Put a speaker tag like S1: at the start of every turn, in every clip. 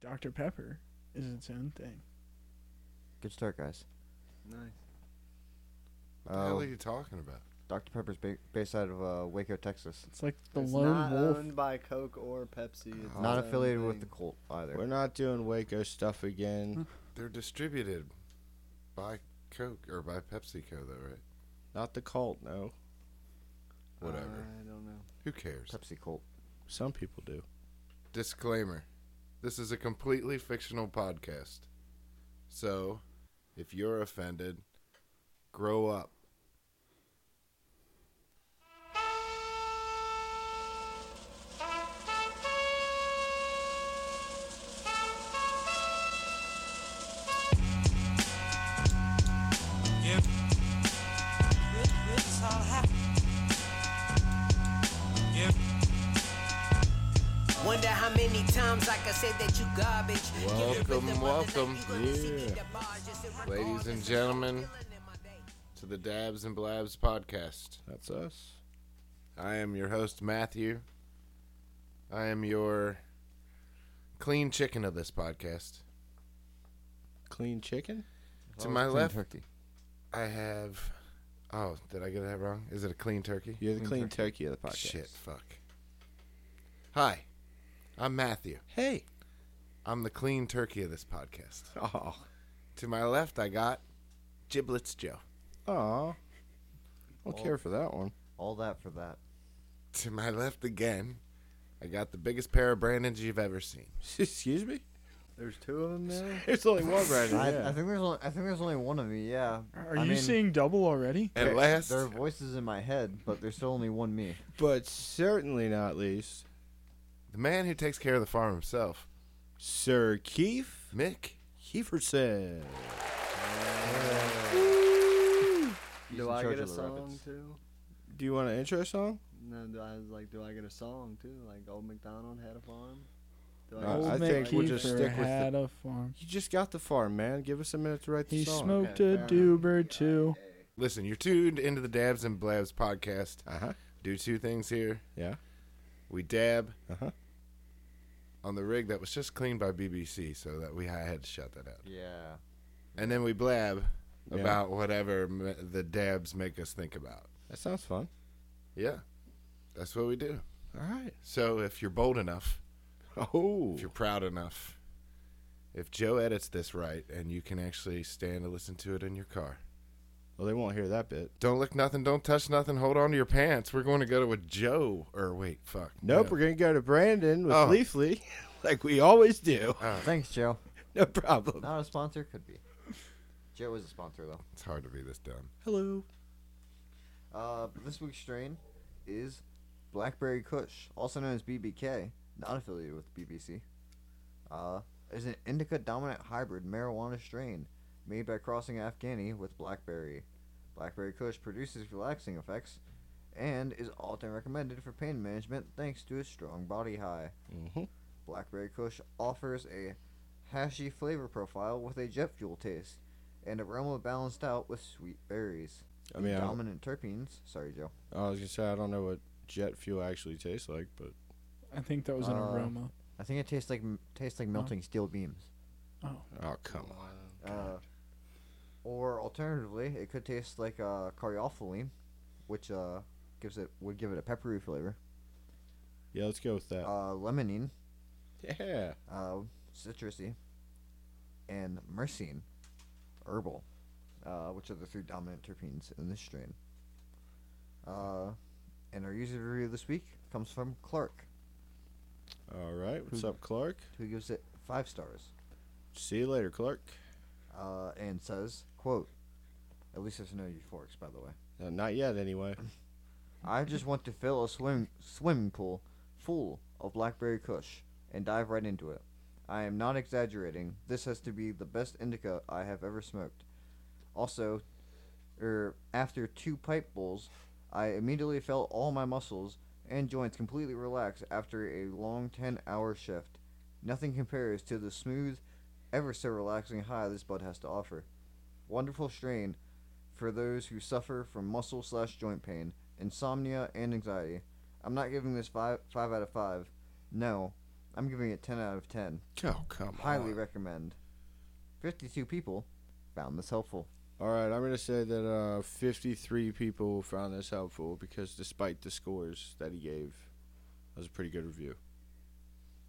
S1: Dr. Pepper is its own thing.
S2: Good start, guys.
S3: Nice.
S2: Uh,
S4: What the
S2: Oh.
S4: hell are you talking about?
S2: Dr. Pepper's ba- based out of uh, Waco, Texas.
S1: It's like the
S3: it's
S1: lone
S3: not
S1: wolf.
S3: owned by Coke or Pepsi. It's
S4: Oh,
S2: Not
S3: its own
S2: affiliated with the
S3: thing.
S2: cult either.
S5: We're not doing Waco stuff
S1: Hmm.
S5: again.
S4: They're distributed by Coke or by PepsiCo, though, right?
S5: not the cult, no.
S4: Whatever.
S3: I don't know.
S4: Who cares?
S2: Pepsi cult.
S5: Some people do.
S4: Disclaimer This is a completely fictional podcast. So, if you're offended, grow up.
S6: Yep. It, it's all happening. Yep.
S7: Wonder how many times I can say that you garbage.
S4: Welcome,
S7: Give it the
S4: welcome.
S7: mother that you gonna see me
S5: Yeah.
S7: debarge, just in regardless
S4: Ladies and
S7: of
S4: gentlemen.
S7: how I'm feeling in my day.
S4: To the Dabs and Blabs podcast.
S5: That's us.
S4: I am your host, Matthew. I am your clean chicken of this podcast.
S5: Clean chicken?
S4: To my
S2: Clean
S4: left,
S2: Turkey.
S4: I have. Oh, did I get that wrong? Is it a clean turkey?
S5: You're the clean turkey of the podcast.
S4: Shit, fuck. Hi, I'm Matthew.
S5: Hey.
S4: I'm the clean turkey of this podcast.
S5: Oh.
S4: To my left, I got Giblets Joe.
S5: Aw. Don't care for that one.
S2: All that for that.
S4: To my left again, I got the biggest pair of Brandons you've ever seen.
S5: Excuse me?
S3: There's two of them now.
S5: There's only one right
S2: I,
S5: yeah.
S2: I think there's only, I think there's only one of me. Yeah.
S1: Are
S2: I
S1: you
S2: mean,
S1: seeing double already?
S4: At
S2: there-
S4: last,
S2: There are voices in my head, but there's still only one me.
S5: But certainly not least,
S4: the man who takes care of the farm himself,
S5: Sir Keith
S4: Mick.
S5: Heferson.
S2: He's
S3: Do
S2: in
S3: I
S2: charge
S3: get a
S2: of the
S3: song
S2: rabbits.
S3: too?
S5: Do you want an intro song?
S3: No, do I like? Do I get a song too? Like Old McDonald had a farm. Do
S5: Uh,
S1: Old
S5: I
S1: Mac
S5: think we'll just
S1: Kiefer
S5: stick with the-
S1: had a farm.
S5: You just got the farm, man. Give us a minute to write the
S1: He
S5: song.
S1: smoked
S3: okay,
S1: a
S3: fair enough.
S1: doober too.
S4: Listen, you're tuned into the Dabs and Blabs podcast.
S5: Uh huh.
S4: Do two things here.
S5: Yeah.
S4: We dab
S5: Uh huh.
S4: on the rig that was just cleaned by BBC, so that we I had to shut that out.
S2: Yeah.
S4: And then we blab
S5: Yeah.
S4: about whatever m- the dabs make us think about.
S5: That sounds fun.
S4: Yeah, that's what we do.
S5: All right.
S4: So if you're bold enough,
S5: Oh.
S4: if you're proud enough, if Joe edits this right and you can actually stand and listen to it in your car,
S5: Well, they won't hear that bit.
S4: don't lick nothing, don't touch nothing, hold on to your pants. We're going to go to a Joe. Or wait, fuck.
S5: Nope, we're gonna go to Brandon with
S4: Oh.
S5: Leafly, like we always do.
S2: Thanks, Joe.
S5: No problem.
S2: Not a sponsor, could be. Joe is a sponsor though.
S4: It's hard to be this dumb.
S5: Hello.
S2: Uh, but this week's strain is Blackberry Kush, also known as BBK, not affiliated with BBC. Uh, is an indica dominant hybrid marijuana strain made by crossing Afghani with blackberry. Blackberry Kush produces relaxing effects and is often recommended for pain management thanks to its strong body high.
S5: Mm-hmm.
S2: Blackberry Kush offers a hashy flavor profile with a jet fuel taste and aroma balanced out with sweet berries.
S5: I mean, I, don't-
S2: Dominant terpenes. Sorry, Joe.
S5: I was gonna say I don't know what jet fuel actually tastes like, but
S1: I think that was an
S2: Uh,
S1: aroma.
S2: I think it tastes like m- tastes like melting steel beams.
S5: oh come on.
S2: Uh, or alternatively, it could taste like uh, caryophylline, which uh, gives it would give it a peppery flavor.
S5: Yeah, let's go with that.
S2: Uh, lemonine,
S5: yeah.
S2: uh, citrusy, and myrcene, herbal, uh, which are the three dominant terpenes in this strain. Uh, and our user review this week comes from Clark,
S5: All right. What's up, Clark?
S2: who gives it five stars.
S5: See you later, Clark.
S2: uh, and says, "quote At least there's no euphorics, by the way.
S5: Uh, not yet, anyway.
S2: I just want to fill a swim swimming pool full of blackberry Kush and dive right into it. I am not exaggerating. This has to be the best indica I have ever smoked. Also, er, after two pipe bowls, I immediately felt all my muscles and joints completely relaxed after a long 10-hour shift. Nothing compares to the smooth, ever so relaxing high this bud has to offer. Wonderful strain for those who suffer from muscle slash joint pain, insomnia, and anxiety. I'm not giving this five five out of five. No, I'm giving it 10 out of 10.
S4: Oh, come
S2: Highly
S4: on.
S2: recommend. 52 people found this helpful.
S5: All right, I'm gonna say that uh, 53 people found this helpful because despite the scores that he gave, that was a pretty good review.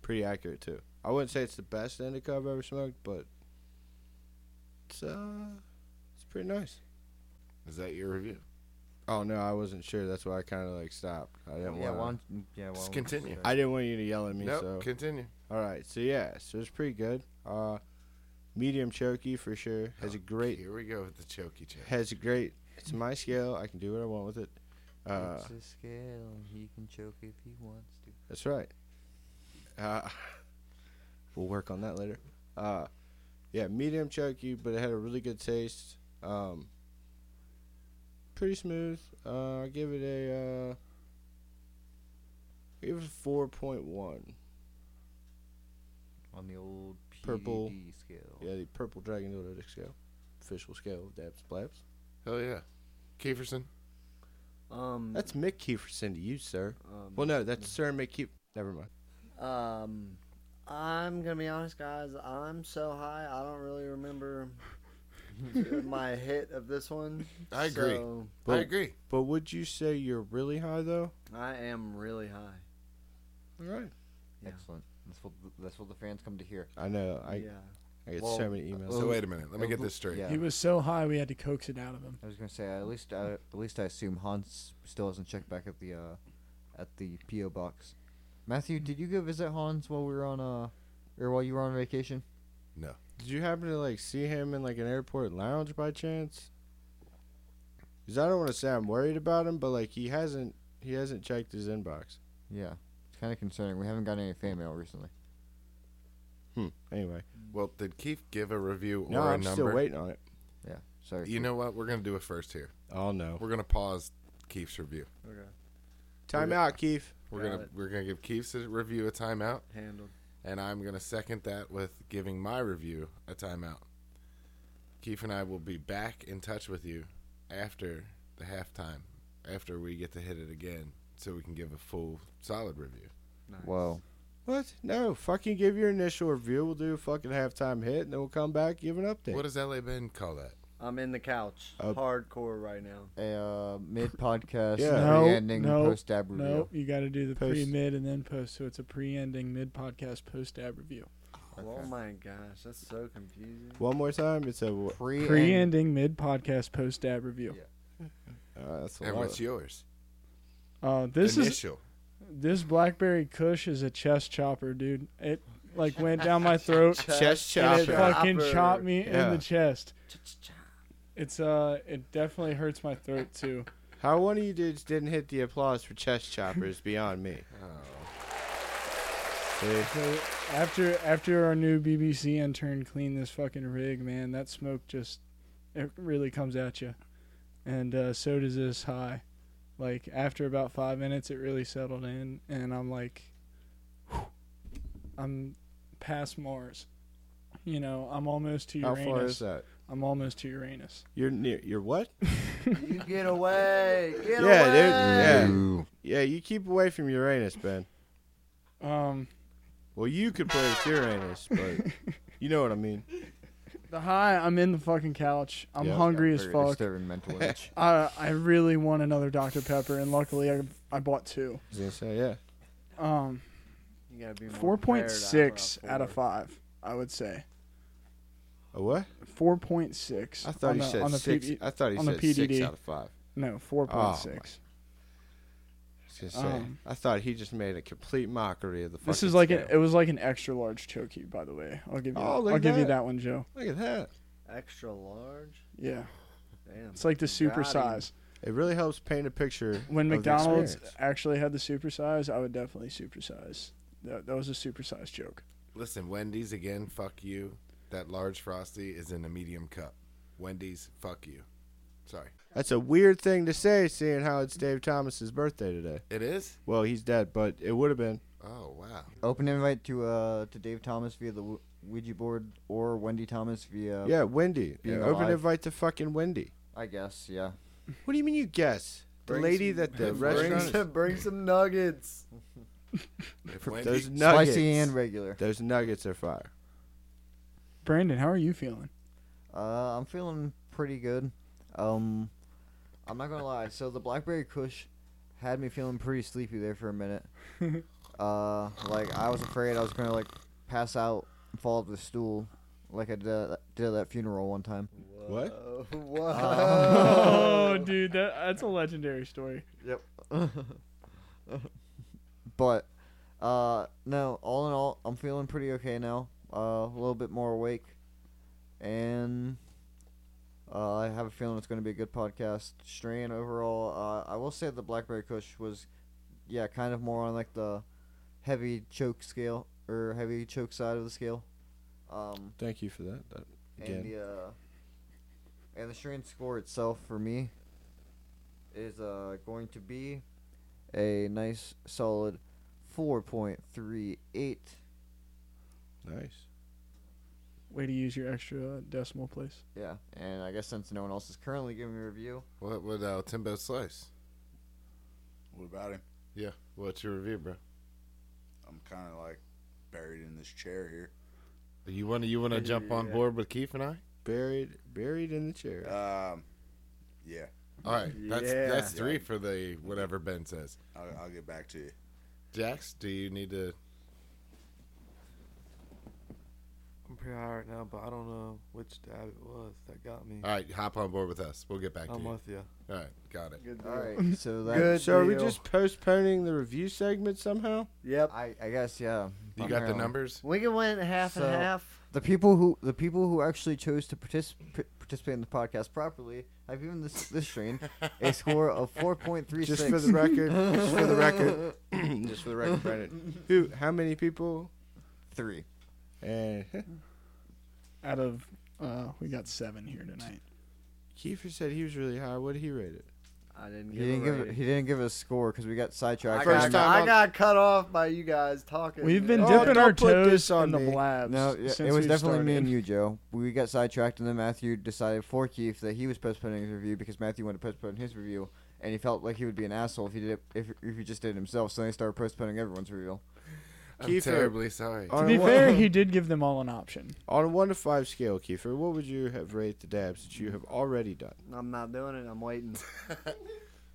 S5: Pretty accurate too. I wouldn't say it's the best indica I've ever smoked, but it's uh, it's pretty nice.
S4: Is that your review?
S5: Oh no, I wasn't sure. That's why I kind of like stopped. I didn't
S2: yeah,
S5: want.
S2: one, yeah, well,
S4: Just continue.
S5: I didn't want you to yell at me.
S4: nope.
S5: so
S4: Continue.
S5: all right, so yeah, so it's pretty good. Uh, medium choky for sure. Has a great
S4: Here we go with the chokey check.
S5: has a great. It's my scale. I can do what I want with it. Uh,
S2: it's a scale. He can choke if he wants to.
S5: That's right. Uh, we'll work on that later. Uh, yeah, medium choky, but it had a really good taste. Um, pretty smooth. Uh, I give it a. Uh, I give it a four point one.
S2: On the old PDD
S5: Purple.
S2: scale.
S5: Yeah, the purple dragon analytic scale, official scale of Dabs Blabs.
S4: Hell yeah. Kieferson.
S3: Um,
S5: That's Mick Kieferson to you, sir.
S3: um,
S5: Well, no, that's Sir Mick Kiefer. Never mind.
S3: Um, I'm gonna be honest, guys. I'm so high, I don't really remember my hit of this one.
S4: I agree.
S3: So
S4: I
S5: Well-
S4: agree.
S5: But would you say you're really high though?
S3: I am really high.
S5: All right.
S3: Yeah.
S2: Excellent. That's what, the, that's what the fans come to hear.
S5: I know. I,
S3: yeah.
S5: I get
S2: Well,
S5: so many emails.
S4: So wait a minute. Let me
S2: uh,
S4: get
S2: l-
S4: this straight.
S2: yeah.
S1: He was so high we had to coax it out of him.
S2: I was gonna say at least I, at least I assume Hans still hasn't checked back at the uh, at the PO box. Matthew, did you go visit Hans while we were on uh, or while you were on vacation?
S5: Did you happen to like see him in like an airport lounge by chance? Because I don't want to say I'm worried about him, but like he hasn't he hasn't checked his inbox.
S2: Yeah, it's kind of concerning. We haven't gotten any fan mail recently.
S5: Anyway,
S4: Well, did Keith give a review
S5: no,
S4: or a
S5: I'm
S4: number?
S5: still waiting on it.
S2: Yeah, sorry.
S4: You know what? We're gonna do it first here.
S5: Oh no!
S4: We're gonna pause Keith's review.
S3: Okay.
S5: Time out, Keith.
S4: We're
S3: Got
S4: gonna
S3: it.
S4: we're gonna give Keith's review a timeout,
S3: Handled.
S4: and I'm gonna second that with giving my review a timeout. Keith and I will be back in touch with you after the halftime, after we get to hit it again, so we can give a full solid review.
S3: Nice.
S2: Whoa.
S5: What? No, fucking give your initial review. We'll do a fucking halftime hit, and then we'll come back give an update.
S4: What does LA Ben call that?
S3: I'm in the couch,
S5: Uh,
S3: hardcore right now.
S2: A uh, mid podcast,
S5: Yeah.
S1: No,
S2: ending
S1: no,
S2: post dab review.
S1: No, you got to do the
S5: Post.
S1: pre, mid, and then post. So it's a pre-ending, mid-podcast, post-ab review.
S3: Oh my gosh, that's so confusing.
S5: One more time. It's a. w-
S2: Pre and
S1: Pre-ending, mid-podcast, post-ab review.
S2: Yeah.
S5: Uh, that's a
S4: And
S5: lot.
S4: what's yours?
S1: Uh, this is
S4: Initial.
S1: this BlackBerry Kush is a chest chopper, dude. It like went down my throat
S5: Chest
S1: and it
S5: chopper.
S1: fucking
S3: Chopper.
S1: chopped me in
S5: Yeah.
S1: the chest. It's uh, it definitely hurts my throat too.
S5: How one of you dudes didn't hit the applause for chest chopper is beyond me. See?
S1: So after after our new BBC intern cleaned this fucking rig, man, that smoke just it really comes at you, and uh, so does this high. Like after about five minutes, it really settled in, and I'm like, I'm past Mars. You know, I'm almost to
S5: How
S1: Uranus.
S5: far is that?
S1: I'm almost to Uranus.
S5: You're near. You're what?
S2: you get away. Get
S5: Yeah,
S2: away.
S5: dude. Yeah. Yeah, you keep away from Uranus, Ben.
S1: Um,
S5: Well, you could play with Uranus, but you know what I mean.
S1: the high, I'm in the fucking couch. I'm
S5: Yeah.
S1: hungry as
S2: Oh, Very
S1: fuck.
S2: Disturbing mental image.
S1: I I really want another Dr Pepper, and luckily I I bought two.
S5: I was gonna say, yeah.
S1: Um.
S3: You gotta be more
S1: Four point six
S3: prepared
S1: out of
S3: four.
S1: five, I would say.
S5: A what?
S1: Four point six.
S5: I thought
S1: on
S5: he
S1: the-
S5: said
S1: on the
S5: six.
S1: PB
S5: I Oh, thought he
S1: on the
S5: said six
S1: PDD.
S5: out of five.
S1: no, four point six.
S5: I was gonna say.
S1: Um,
S5: I thought he just made a complete mockery of the.
S1: This
S5: fucking
S1: is like an,
S5: scale.
S1: it was like an extra large chokey, by the way. I'll give you.
S5: Oh, look
S1: I'll
S5: at
S1: give you
S5: that.
S1: that one, Joe.
S5: Look at that.
S3: Extra large.
S1: Yeah,
S3: Damn.
S1: it's like the super
S3: Got him.
S1: size.
S5: It really helps paint a picture.
S1: When
S5: of the
S1: McDonald's
S5: experience.
S1: actually had the super size, I would definitely supersize. That that was a supersize joke.
S4: Listen, Wendy's again. Fuck you. That large frosty is in a medium cup. Wendy's. Fuck you. Sorry.
S5: That's a weird thing to say, seeing how it's Dave Thomas's birthday today.
S4: It is.
S5: Well, he's dead, but it would have been.
S4: Oh wow.
S2: Open invite to uh to Dave Thomas via the Ou- Ouija board or Wendy Thomas via.
S5: Yeah, Wendy.
S2: Being
S5: An open
S2: alive.
S5: invite to fucking Wendy.
S2: I guess. Yeah.
S5: What do you mean you guess? The
S3: Bring
S5: lady
S3: some-
S5: that
S4: bring
S5: the restaurant.
S3: Bring
S4: Restaurant-
S3: some, bring some nuggets.
S4: If
S5: For
S4: Wendy,
S5: those nuggets,
S2: Spicy and regular.
S5: those nuggets are fire.
S1: Brandon, how are you feeling?
S2: Uh, I'm feeling pretty good. Um, I'm not gonna lie. So the blackberry Kush had me feeling pretty sleepy there for a minute. uh, like I was afraid I was gonna like pass out, and fall off the stool, like I did, at- did at that funeral one time.
S5: What?
S3: Oh, whoa.
S1: Oh, dude, that, that's a legendary story.
S2: Yep. but uh no, all in all, I'm feeling pretty okay now. Uh, a little bit more awake, and uh, I have a feeling it's going to be a good podcast. Strain overall, uh, I will say the Blackberry Kush was, yeah, kind of more on like the heavy choke scale or heavy choke side of the scale. Um,
S5: Thank you for that. that
S2: and
S5: again,
S2: the uh, and the strain score itself for me is uh going to be a nice solid four point three eight.
S5: nice.
S1: Way to use your extra decimal place.
S2: Yeah, and I guess since no one else is currently giving me a review,
S4: what would uh, Timbo Slice?
S8: What about him?
S4: Yeah, what's your review, bro?
S8: I'm kind of like buried in this chair here.
S4: You wanna you wanna jump on board with Keith and I?
S5: Buried, buried in the chair.
S8: Um, yeah,
S4: All right, that's
S3: Yeah.
S4: that's three for the whatever Ben says.
S8: I'll, I'll get back to you.
S4: Jax, do you need to?
S9: I'm pretty high right now, but I don't know which stab it was that got me.
S4: All right, hop on board with us. We'll get back to
S9: I'm
S4: you.
S9: with you.
S4: All right, got it.
S3: Good deal.
S2: all right. So that
S3: Good.
S5: so are we
S3: deal.
S5: just postponing the review segment somehow?
S3: Yep.
S2: I I guess yeah.
S4: You got the
S2: Apparently.
S4: numbers?
S3: We can win half
S2: So-
S3: and half.
S2: The people who the people who actually chose to partic- p- participate in the podcast properly have given this this strain a score of four point three six.
S5: Just for the record, just for the record, just for the record, Brandon. Who? How many people?
S2: three.
S5: And
S1: Out of, uh, we got seven here tonight.
S5: Kiefer said he was really high. What did he rate it?
S3: I didn't
S2: He
S3: give
S2: didn't
S3: a
S2: give
S3: rating.
S2: he didn't give us a score because we got sidetracked.
S3: I,
S5: First
S3: got,
S5: time
S3: I
S5: on-
S3: got cut off by you guys talking.
S1: We've been
S5: Oh,
S1: dipping
S5: don't
S1: our
S5: put this
S1: toes
S5: on
S1: on the
S5: me.
S1: blabs.
S2: No, yeah,
S1: since
S2: it was
S1: we've
S2: definitely me and
S1: started.
S2: you, Joe. We got sidetracked, and then Matthew decided for Keith that he was postponing his review because Matthew wanted to postpone his review, and he felt like he would be an asshole if he did it, if if he just did it himself. So they started postponing everyone's review.
S4: I'm
S5: Kiefer.
S4: terribly sorry.
S5: On
S1: To be
S5: a one-
S1: fair, he did give them all an option.
S5: on a one to five scale, Kiefer, what would you have rated the dabs that you have already done?
S3: I'm not doing it. I'm waiting.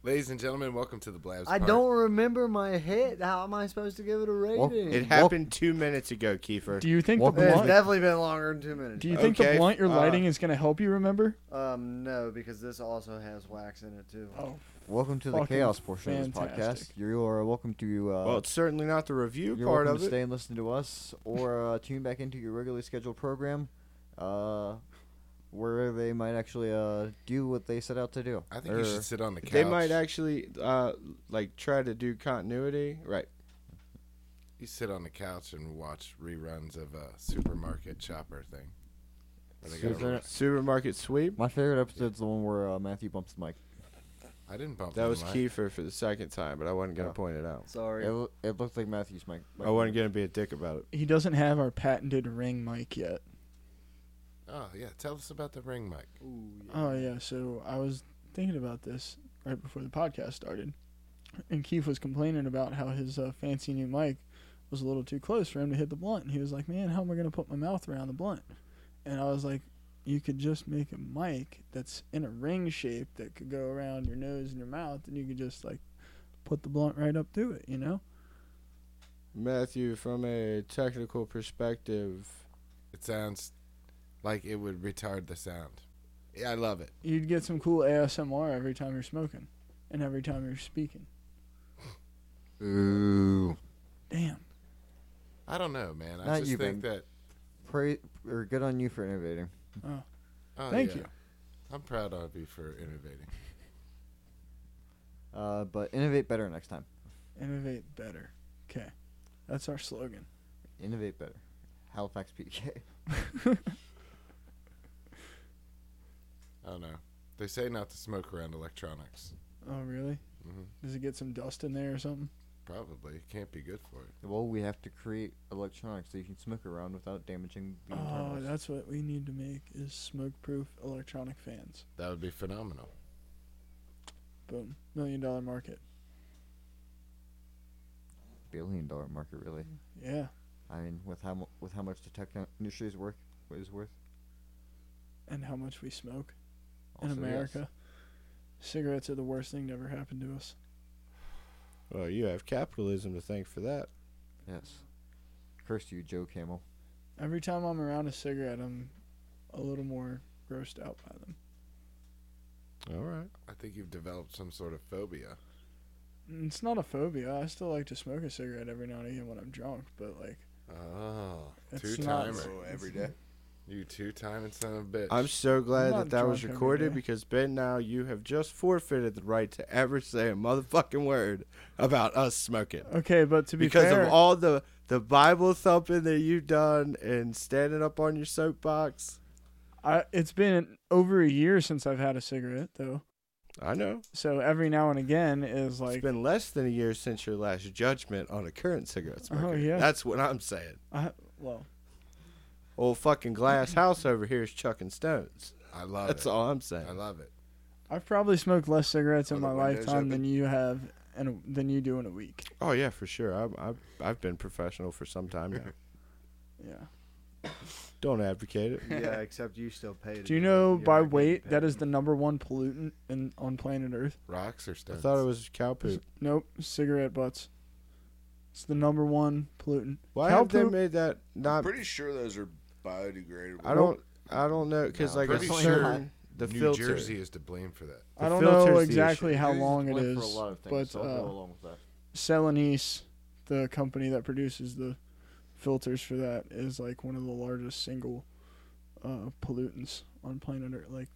S4: Ladies and gentlemen, welcome to the Blabs.
S3: I
S4: Park.
S3: don't remember my hit. How am I supposed to give it a rating?
S5: It
S3: it's
S5: happened two minutes ago, Kiefer.
S1: Do you think
S2: Welcome
S1: the
S2: to
S1: blunt?
S3: definitely been longer than two minutes.
S1: Do you think the
S5: Okay,
S1: blunt you're
S5: uh,
S1: lighting is going to help you remember?
S3: Um, no, because this also has wax in it too.
S1: Oh,
S2: Welcome to the
S1: Fucking
S2: chaos portion of this podcast.
S1: fantastic.
S2: You are welcome to. Uh,
S5: well, it's certainly not the review
S2: you're
S5: part
S2: welcome
S5: of
S2: to
S5: it.
S2: stay and listen to us, or uh, tune back into your regularly scheduled program, uh, where they might actually uh, do what they set out to do. Er,
S4: I think you
S2: Or-
S4: should sit on the couch.
S5: They might actually uh, like try to do continuity, right?
S4: You sit on the couch and watch reruns of a supermarket shopper thing. Where they gotta-
S5: Super- Supermarket sweep.
S2: My favorite episode's the one where uh, Matthew bumps the mic.
S4: I didn't bump.
S5: That
S4: the
S5: was
S4: mic.
S5: Kiefer for the second time, but I wasn't gonna
S2: Oh.
S5: point it out.
S3: Sorry.
S2: It, lo- it looked like Matthew's mic.
S5: I wasn't gonna be a dick about it.
S1: he doesn't have our patented ring mic yet.
S4: Oh yeah, tell us about the ring mic.
S3: Ooh, yeah.
S1: Oh yeah, so I was thinking about this right before the podcast started, and Keith was complaining about how his uh, fancy new mic was a little too close for him to hit the blunt. And he was like, "Man, how am I gonna put my mouth around the blunt?" And I was like, "You could just make a mic that's in a ring shape that could go around your nose and your mouth, and you could just like put the blunt right up to it, you know?"
S5: Matthew, from a technical perspective,
S4: It sounds like it would retard the sound. Yeah, I love it.
S1: You'd get some cool ASMR every time you're smoking, and every time you're speaking.
S2: Ooh.
S1: Damn.
S4: I don't know, man. I
S2: Not
S4: just
S2: you,
S4: think
S2: Ben.
S4: that.
S2: Pray or good on you for innovating.
S4: Oh,
S1: Thank
S4: yeah.
S1: you.
S4: I'm proud of you for innovating.
S2: Uh, but innovate better next time.
S1: Innovate better. Okay. That's our slogan.
S2: Innovate better. Halifax PK.
S4: I don't know. They say not to smoke around electronics.
S1: Oh, really?
S4: Mhm.
S1: Does it get some dust in there or something?
S4: Probably it can't be good for it.
S2: Well, we have to create electronics so you can smoke around without damaging the
S1: Oh,
S2: internals.
S1: that's what we need to make is smoke-proof electronic fans.
S4: That would be phenomenal.
S1: Boom. Million dollar market.
S2: billion dollar market, really.
S1: Yeah.
S2: I mean, with how mu- with how much the tech industry is worth, is worth.
S1: And how much we smoke
S2: Also,
S1: in
S2: yes.
S1: America. Cigarettes are the worst thing to ever happen to us.
S5: Well, you have capitalism to thank for that.
S2: Yes. Curse you, Joe Camel.
S1: Every time I'm around a cigarette, I'm a little more grossed out by them.
S5: All right.
S4: I think you've developed some sort of phobia.
S1: And Mm, It's not a phobia. I still like to smoke a cigarette every now and again when I'm drunk, but like
S4: Oh,
S1: It's
S4: two
S1: not-
S4: timer.
S8: So every day.
S4: You two timing son of a bitch.
S5: I'm so glad
S1: not
S5: that that was
S1: drunk every
S5: recorded
S1: day.
S5: because Ben, now you have just forfeited the right to ever say a motherfucking word about us smoking
S1: okay, but to be
S5: because
S1: fair,
S5: of all the the Bible thumping that you've done and standing up on your soapbox.
S1: I, it's been over a year since I've had a cigarette though.
S5: I know
S1: So every now and again is like
S5: it's been less than a year since your last judgment on a current cigarette
S1: Oh,
S5: smoker.
S1: yeah.
S5: that's what I'm saying.
S1: I, well,
S5: Old fucking glass house over here is chucking stones.
S4: I love
S5: That's
S4: it.
S5: all I'm saying.
S4: I love it.
S1: I've probably smoked less cigarettes in
S4: Are
S1: my
S4: the windows
S1: lifetime than
S4: open?
S1: you have and than you do in a week.
S5: Oh yeah, for sure. I've I've, I've been professional for some time now.
S1: Yeah.
S5: Don't advocate it.
S2: Yeah,
S5: except you still pay.
S1: Do you know by weight that is the number one pollutant in on planet Earth?
S4: Rocks or
S5: I
S4: stones?
S5: thought it was cow poop.
S1: Nope, cigarette butts. It's the number one pollutant.
S5: Why
S1: Cow
S5: have they
S1: poop-
S5: made that
S8: I'm
S5: not?
S8: pretty sure those are biodegradable.
S5: I don't. I don't know because
S4: No,
S5: like a
S4: pretty
S5: certain the
S4: New
S5: filter.
S4: Jersey is to blame for that.
S1: I don't
S5: filter's
S1: know
S5: the
S1: exactly
S5: issue.
S1: how
S2: Jews
S1: long it
S2: went
S1: is,
S2: for a lot of things,
S1: but
S2: so I'll go
S1: uh,
S2: along with that.
S1: Celanese, the company that produces the filters for that, is like one of the largest single uh, pollutants on planet Earth. Like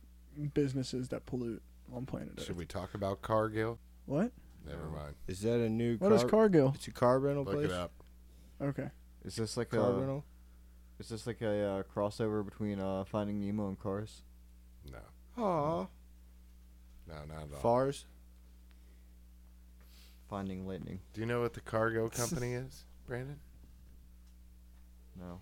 S1: businesses that pollute on planet Earth.
S4: Should we talk about Cargill?
S1: What?
S4: Never mind.
S5: Is that a new?
S1: What is Cargill?
S5: It's a car rental
S4: Look
S5: place.
S4: it up.
S1: Okay.
S2: Is this like
S5: Car
S2: a
S5: rental.
S2: is this like a uh, crossover between uh, Finding Nemo and Cars?
S4: No,
S5: Aw,
S4: no, not at all.
S5: Fars.
S2: Finding Lightning?
S4: Do you know what the cargo company is, Brandon?
S2: No,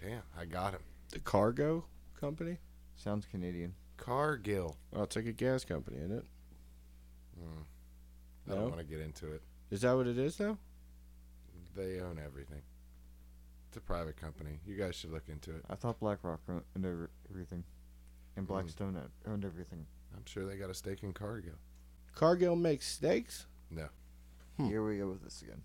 S4: Damn, I got him.
S5: The cargo company.
S2: sounds Canadian.
S4: Cargill.
S5: Well, it's like a gas company, isn't it?
S4: Mm. I
S5: No?
S4: don't want to get into it.
S5: Is that what it is though?
S4: They own everything. It's a private company. You guys should look into it.
S2: I thought BlackRock ro- owned ever- everything, and Blackstone o- owned everything.
S4: I'm sure they got a stake in Cargill.
S5: Cargill makes steaks.
S2: Here we go with this again.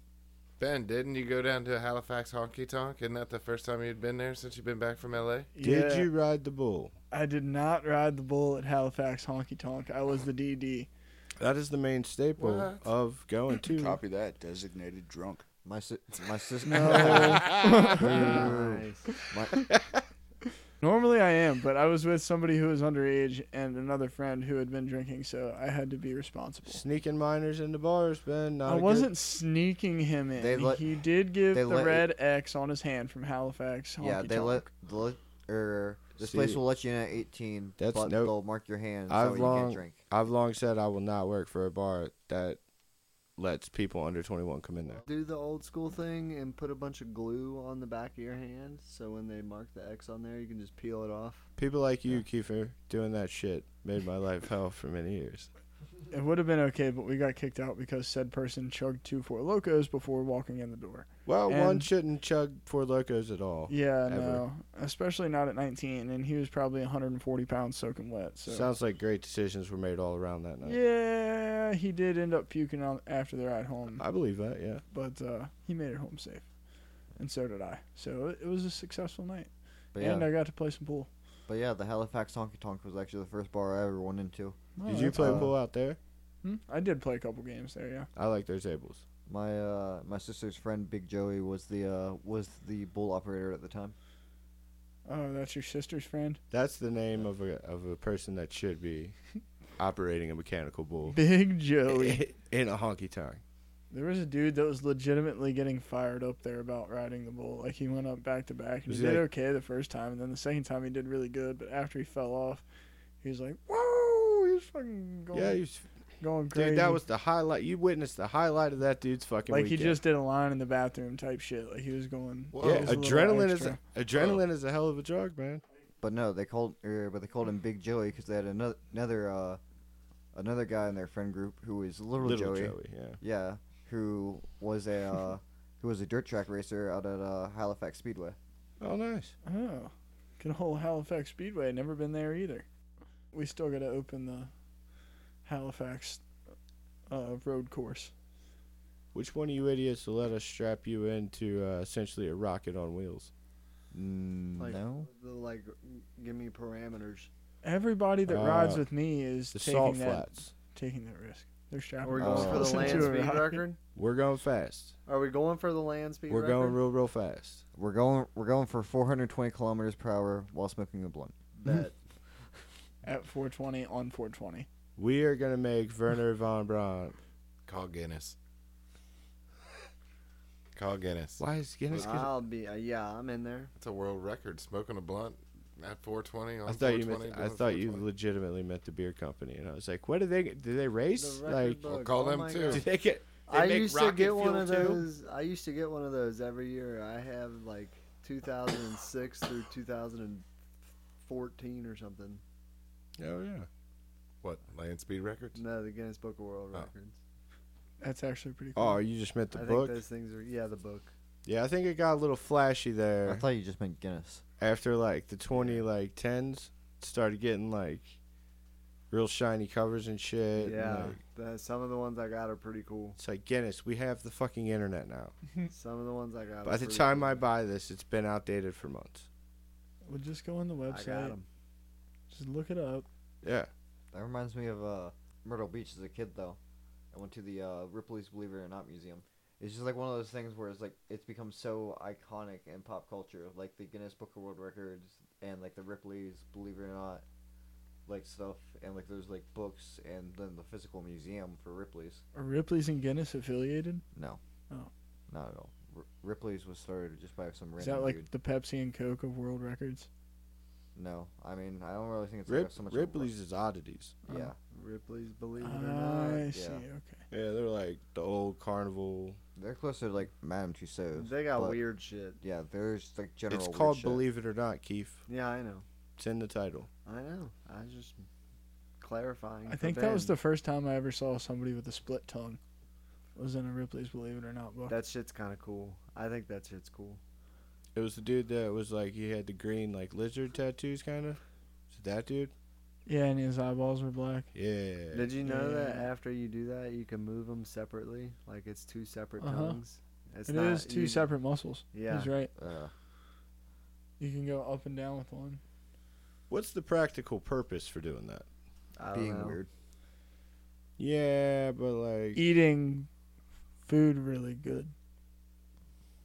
S4: Ben, didn't you go down to Halifax Honky Tonk? Isn't that the first time you'd been there since you've been back from LA?
S5: Did
S1: Yeah.
S5: you ride the bull?
S1: I did not ride the bull at Halifax Honky Tonk. I was the DD.
S5: That is the main staple
S4: What?
S5: of going to.
S8: Copy that. Designated drunk.
S2: My si- my sister.
S1: Normally I am, but I was with somebody who was underage and another friend who had been drinking, so I had to be responsible.
S5: Sneaking minors into bars, Ben. Not
S1: I
S5: a good-
S1: wasn't sneaking him in.
S2: They let-
S1: he did give
S2: they
S1: the
S2: let-
S1: red X on his hand from Halifax.
S2: yeah,
S1: Honky
S2: they
S1: Tonk.
S2: let the li- er, this place
S5: See.
S2: will let you in at 18,
S5: That's
S2: but
S5: no-
S2: they'll mark your hands
S5: I've
S2: so you
S5: long-
S2: can't drink.
S5: I've long said I will not work for a bar that lets people under 21 come in there.
S3: Do the old school thing and put a bunch of glue on the back of your hand so when they mark the X on there, you can just peel it off.
S5: People like you, Kiefer, doing that shit made my life hell for many years.
S1: It would have been okay, but we got kicked out because said person chugged two four locos before walking in the door.
S5: Well, one
S1: And-
S5: shouldn't chug four locos at all.
S1: Yeah,
S5: Ever.
S1: no, especially not at 19, and he was probably 140 pounds soaking wet. So
S5: Sounds like great decisions were made all around that night.
S1: yeah, he did end up puking on after the ride home,
S5: I believe that, yeah.
S1: but uh, he made it home safe, and so did I. So it- it was a successful night,
S2: But
S1: and
S2: yeah,
S1: I got to play some pool.
S2: but yeah, the Halifax Honky Tonk was actually the first bar I ever went into.
S1: Oh,
S5: Did you
S1: that's
S5: play
S1: cool.
S5: pool out there?
S1: Hmm? I did play a couple games there. Yeah.
S5: I like their tables.
S2: My uh, my sister's friend Big Joey was the uh, was the bull operator at the time.
S1: Oh, that's your sister's friend,
S5: That's the name of a, of a person that should be operating a mechanical bull
S1: Big Joey.
S5: in a honky tonk.
S1: There was a dude that was legitimately getting fired up there about riding the bull. Like he went up back to back and
S5: Was
S1: he
S5: he
S1: did
S5: like-
S1: okay the first time, and then the second time he did really good. But after he fell off, he was like, "Whoa!" He was fucking going,
S5: Yeah, you, s-
S1: going crazy.
S5: dude, that was the highlight. You witnessed the highlight of that dude's fucking
S1: like
S5: weekend.
S1: he just did a line in the bathroom type shit. Like he was going.
S4: Whoa.
S5: Yeah,
S1: it was a little
S5: adrenaline is
S1: extra. Oh.
S5: a, adrenaline is a hell of a drug, man.
S2: But no, they called er, but they called him Big Joey because they had another another uh, another guy in their friend group who was Little,
S5: Little
S2: Joey.
S5: yeah.
S2: Yeah, who was a uh, who was a dirt track racer out at uh, Halifax Speedway.
S5: Oh, nice.
S1: Oh, good old Halifax Speedway. Never been there either. We still got to open the Halifax uh, road course.
S5: Which one of you idiots will let us strap you into uh, essentially a rocket on wheels?
S2: Mm,
S3: Like,
S2: no,
S3: the, like, give me parameters.
S1: Everybody that rides
S5: Uh,
S1: with me is
S5: The
S1: taking
S5: salt
S1: that
S5: flats. Oh.
S1: taking that risk. They're strapping.
S3: Are we going
S2: Uh,
S1: us
S3: for the
S1: into
S3: land
S1: a
S3: speed
S1: rocket.
S3: record?
S5: We're going fast.
S3: Are we going for the land speed
S5: We're
S3: record?
S5: going real, real fast.
S2: we're going we're going for 420 kilometers per hour while smoking a blunt.
S3: Bet.
S1: at 420 on 420.
S5: We are gonna make Werner von Braun.
S4: Call Guinness. Call Guinness.
S5: Why is Guinness?
S3: I'll be. Uh, yeah, I'm in there.
S4: It's a world record. Smoking a blunt at 420. On
S5: I thought you
S4: 420,
S5: meant. I
S4: doing
S5: thought you
S4: 420.
S5: legitimately meant the beer company, and I was like, "What do they? Do they race?
S3: The record
S5: Like,
S3: book.
S4: call
S3: oh
S4: them
S3: my
S4: too.
S5: do
S3: God.
S5: they get? They
S3: I
S5: make
S3: used to
S5: rocket
S3: get one
S5: fuel
S3: of
S5: too?
S3: those. I used to get one of those every year. I have like 2006 through 2014 or something.
S5: Oh yeah.
S4: What? Land speed records?
S3: No, the Guinness Book of World
S4: Oh.
S3: Records.
S1: That's actually pretty cool.
S5: Oh, you just meant the
S3: I
S5: book.
S3: think those things are. Yeah, the book.
S5: Yeah, I think it got a little flashy
S2: I
S5: there
S2: thought you just meant Guinness.
S5: after like the twenty like tens started getting like real shiny covers and shit. and,
S3: Yeah,
S5: like,
S3: the, some of the ones I got are pretty cool.
S5: it's like Guinness. We have the fucking internet now.
S3: Some of the ones I got.
S5: Hmm. By
S3: are
S5: the
S3: pretty
S5: time
S3: cool.
S5: I buy this, it's been outdated for months.
S1: We'll just go on the
S3: I got
S1: website.
S3: 'em.
S1: Just look it up.
S5: Yeah.
S2: That reminds me of uh, Myrtle Beach as a kid, though. I went to the uh, Ripley's Believe It or Not Museum. It's just like one of those things where it's like it's become so iconic in pop culture, like the Guinness Book of World Records and like the Ripley's Believe It or Not, like stuff, and like there's like books and then the physical museum for Ripley's.
S1: Are Ripley's and Guinness affiliated?
S2: No.
S1: Oh.
S2: Not at all. R- Ripley's was started just by some random
S1: Is that like
S2: dude.
S1: the Pepsi and Coke of world records?
S2: No, I mean I don't really think it's
S5: Rip,
S2: like so much. of a-
S5: Ripley's is oddities.
S2: Yeah.
S3: Ripley's Believe It or Not.
S1: I see. Okay.
S5: Yeah, they're like the old carnival.
S2: They're closer to like Madame Tussauds.
S3: They got
S2: but-
S3: weird shit.
S2: Yeah, there's like general.
S5: it's
S2: weird
S5: called
S2: shit.
S5: Believe It or Not, Keith.
S3: Yeah, I know.
S5: It's in the title.
S3: I know. I was just clarifying.
S1: I
S3: for
S1: think that was
S3: Ben.
S1: the first time I ever saw somebody with a split tongue. Was in a Ripley's Believe It or Not book.
S3: That shit's kind of cool. I think that shit's cool.
S5: It was the dude that was like he had the green like lizard tattoos, kind of. Is it that dude?
S1: yeah, and his eyeballs were black.
S5: Yeah.
S3: Did you know that
S1: Yeah.
S3: after you do that, you can move them separately? Like it's two separate
S1: Uh-huh.
S3: tongues. It's
S1: It's
S3: not,
S1: two
S3: you-
S1: separate muscles.
S3: Yeah.
S1: He's right.
S2: Uh,
S1: You can go up and down with one.
S5: What's the practical purpose for doing that?
S3: I don't
S2: being
S3: know.
S2: weird.
S5: Yeah, but like
S1: Eating food really good.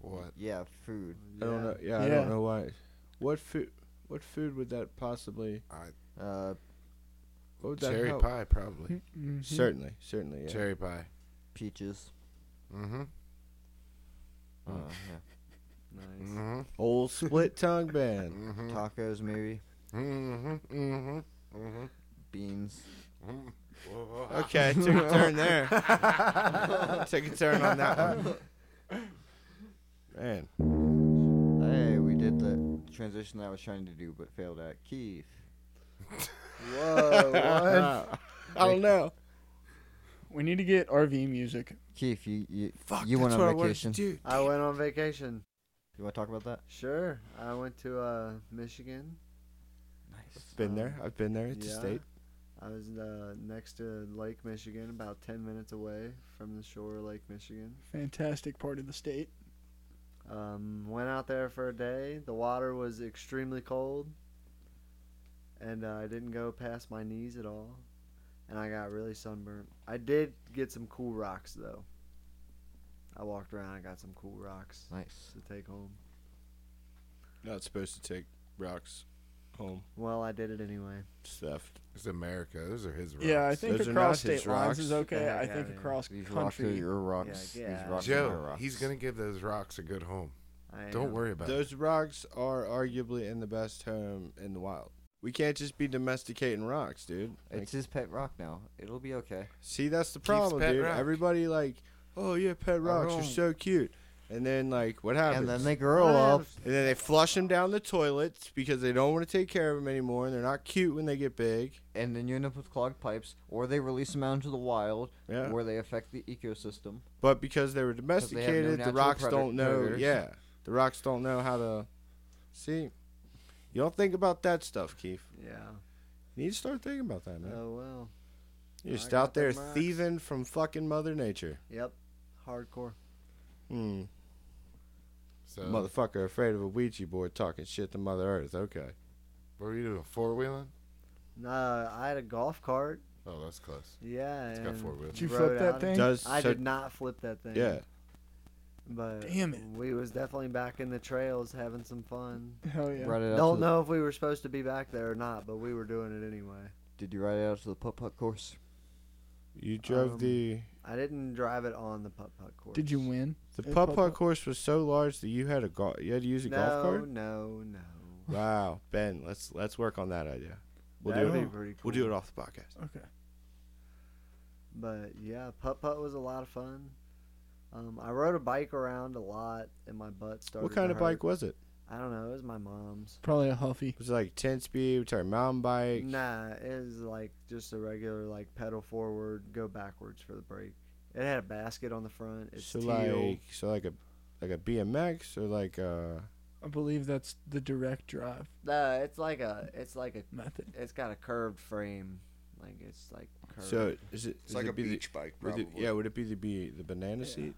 S4: What?
S2: Yeah, food.
S5: I don't
S1: Oh,
S3: Yeah.
S5: know. Yeah, I
S1: Yeah.
S5: don't know why. What food? What food would that possibly?
S2: Uh,
S5: What would that
S4: Cherry
S5: help? Mm-hmm.
S4: pie, probably.
S1: Mhm.
S5: Certainly, certainly. Yeah.
S4: Cherry pie.
S2: peaches.
S4: Mm-hmm.
S2: Uh, yeah.
S3: Nice.
S4: Mm-hmm.
S5: Old split tongue band.
S4: Mm-hmm.
S2: Tacos, maybe.
S4: Mm-hmm. Mm-hmm. Mm-hmm.
S2: Beans.
S5: Okay, took a turn there. took a turn on that one. Man,
S2: Hey, we did the transition that I was trying to do but failed at. Keith.
S5: Oh,
S3: Whoa, what?
S5: I don't know.
S1: We need to get RV music.
S2: Keith, you you you went on vacation. You
S5: dude.
S3: I went on vacation.
S2: want to talk about that?
S3: Sure. I went to uh, Michigan.
S2: Nice.
S5: Been there. I've been there. It's a
S3: Yeah.
S5: state.
S3: I was uh, next to Lake Michigan, about 10 minutes away from the shore of Lake Michigan.
S1: Fantastic part of the state.
S3: Um, went out there for a day. The water was extremely cold, and uh, I didn't go past my knees at all. And I got really sunburnt. I did get some cool rocks though. I walked around. I got some cool rocks
S2: Nice.
S3: to take home.
S5: Not supposed to take rocks home.
S3: Well, I did it anyway.
S5: Stuff.
S4: It's America. Those are his rocks.
S1: Yeah, I think
S5: Those are
S1: across
S5: not his
S1: state lines
S5: rocks.
S1: is okay.
S3: Yeah,
S1: I
S3: yeah,
S1: think
S3: yeah.
S1: across
S2: These rocks are
S1: country.
S2: your rocks.
S3: Yeah, yeah.
S2: These rocks are your
S4: Joe,
S2: rocks.
S4: he's gonna give those rocks a good home.
S3: I
S4: Don't
S3: am-
S4: worry about it.
S5: Those rocks are arguably in the best home in the wild. We can't just be domesticating rocks, dude. Like,
S2: It's his pet rock now. It'll be okay.
S5: See, that's the
S4: Keith's
S5: problem,
S4: pet
S5: dude.
S4: rock.
S5: Everybody like, oh yeah, pet rocks are
S4: own.
S5: so cute. And then like what happens?
S2: And then they grow up.
S5: And then they flush them down the toilets because they don't want to take care of them anymore, and they're not cute when they get big.
S2: and then you end up with clogged pipes, or they release them out into the wild,
S5: Yeah.
S2: where they affect the ecosystem.
S5: But because they were
S2: have no
S5: domesticated, the
S2: natural
S5: rocks
S2: predat-
S5: don't know.
S2: predators.
S5: Yeah, the rocks don't know how to. See, you don't think about that stuff, Keith.
S3: Yeah.
S5: You need to start thinking about that, man.
S3: Oh well.
S5: You're just
S3: I got
S5: out there
S3: them rocks.
S5: thieving from fucking Mother Nature.
S3: Yep. Hardcore.
S5: Hmm.
S4: So
S5: Motherfucker afraid of a Ouija board talking shit to Mother Earth. Okay.
S4: what were you doing? Four wheeling?
S3: Nah, I had a golf cart.
S4: Oh, that's close.
S3: Yeah.
S4: It's got
S3: and
S4: four wheels.
S1: Did you
S3: Rode
S1: flip that
S3: out
S1: thing?
S5: Does
S3: I
S5: so-
S3: did not flip that thing.
S5: Yeah.
S3: But
S1: Damn it.
S3: we was definitely back in the trails having some fun.
S1: Hell yeah.
S2: Ride it out to
S3: Don't
S2: the-
S3: know if we were supposed to be back there or not, but we were doing it anyway.
S2: Did you ride it out to the putt putt course?
S5: You drove
S3: Um,
S5: the
S3: I didn't drive it on the putt putt course.
S1: Did you win?
S5: the
S1: it
S5: putt putt
S1: putt-putt-
S5: course was so large that you had a go- you had to use a
S3: no,
S5: golf cart.
S3: No, no.
S5: Wow, Ben, let's let's work on that idea. We'll
S3: That'd
S5: do it.
S3: be pretty cool.
S5: We'll do it off the podcast.
S1: Okay.
S3: But yeah, putt putt was a lot of fun. Um, I rode a bike around a lot, and my butt started.
S5: What kind
S3: to
S5: of bike
S3: hurt.
S5: was it?
S3: I don't know. It was my mom's.
S1: Probably a huffy.
S5: Was it like ten speed? Was it a mountain bike?
S3: Nah, it was like just a regular like pedal forward, go backwards for the brake. It had a basket on the front. It's
S5: so
S3: teal.
S5: like so like a like a BMX or like uh, a
S1: I believe that's the direct drive
S3: Nah, it's like a, it's like a,
S1: method.
S3: it's got a curved frame, like it's like curved.
S5: so is it?
S8: It's
S5: would
S8: like
S5: it
S8: a
S5: be the-
S8: beach bike,
S5: would
S8: probably.
S5: it- yeah, would it be the be the banana seat?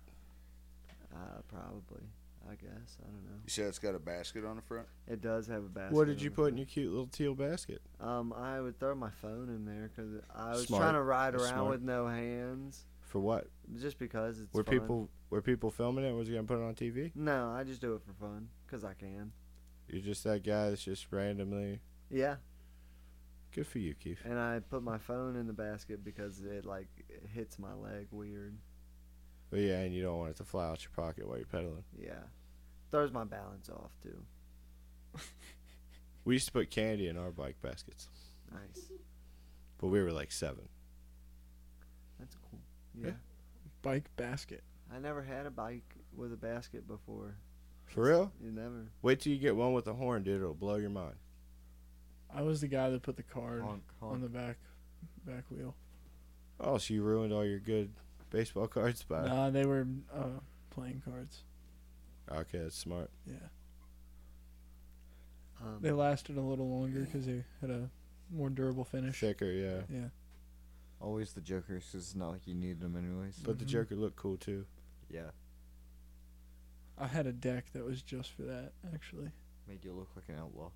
S3: uh, probably, I guess. I don't know.
S8: You said it's got a basket on the front.
S3: It does have a basket.
S5: What did
S3: on
S5: you
S3: the
S5: put
S3: front.
S5: in your cute little teal basket?
S3: Um, I would throw my phone in there because I was
S5: Smart.
S3: trying to ride
S5: That's
S3: around
S5: smart.
S3: with no hands,
S5: For what?
S3: just because it's.
S5: were
S3: fun.
S5: people were people filming it? Was he gonna put it on TV?
S3: No, I just do it for fun because I can.
S5: You're just that guy that's just randomly
S3: Yeah,
S5: good for you, Keith.
S3: and I put my phone in the basket because it like it hits my leg weird.
S5: But yeah, and you don't want it to fly out your pocket while you're pedaling.
S3: Yeah, throws my balance off too.
S5: We used to put candy in our bike baskets,
S3: Nice,
S5: but we were like seven.
S3: that's cool. Yeah.
S5: Yeah.
S1: Bike basket.
S3: I never had a bike with a basket before.
S5: For real?
S3: You never.
S5: Wait till you get one with a horn, dude. It'll blow your mind.
S1: I was the guy that put the card
S2: Honk,
S1: on
S2: honk.
S1: the back back wheel.
S5: Oh, so you ruined all your good baseball cards by.
S1: nah, they were uh, playing cards.
S5: Okay, that's smart.
S1: Yeah.
S3: Um,
S1: They lasted a little longer because they had a more durable finish.
S5: Shaker, yeah.
S1: Yeah.
S2: Always the jokers, 'cause it's not like you need them anyways.
S5: But the
S1: Mhm.
S5: Joker looked cool too.
S2: yeah,
S1: I had a deck that was just for that, actually.
S2: made you look like an outlaw.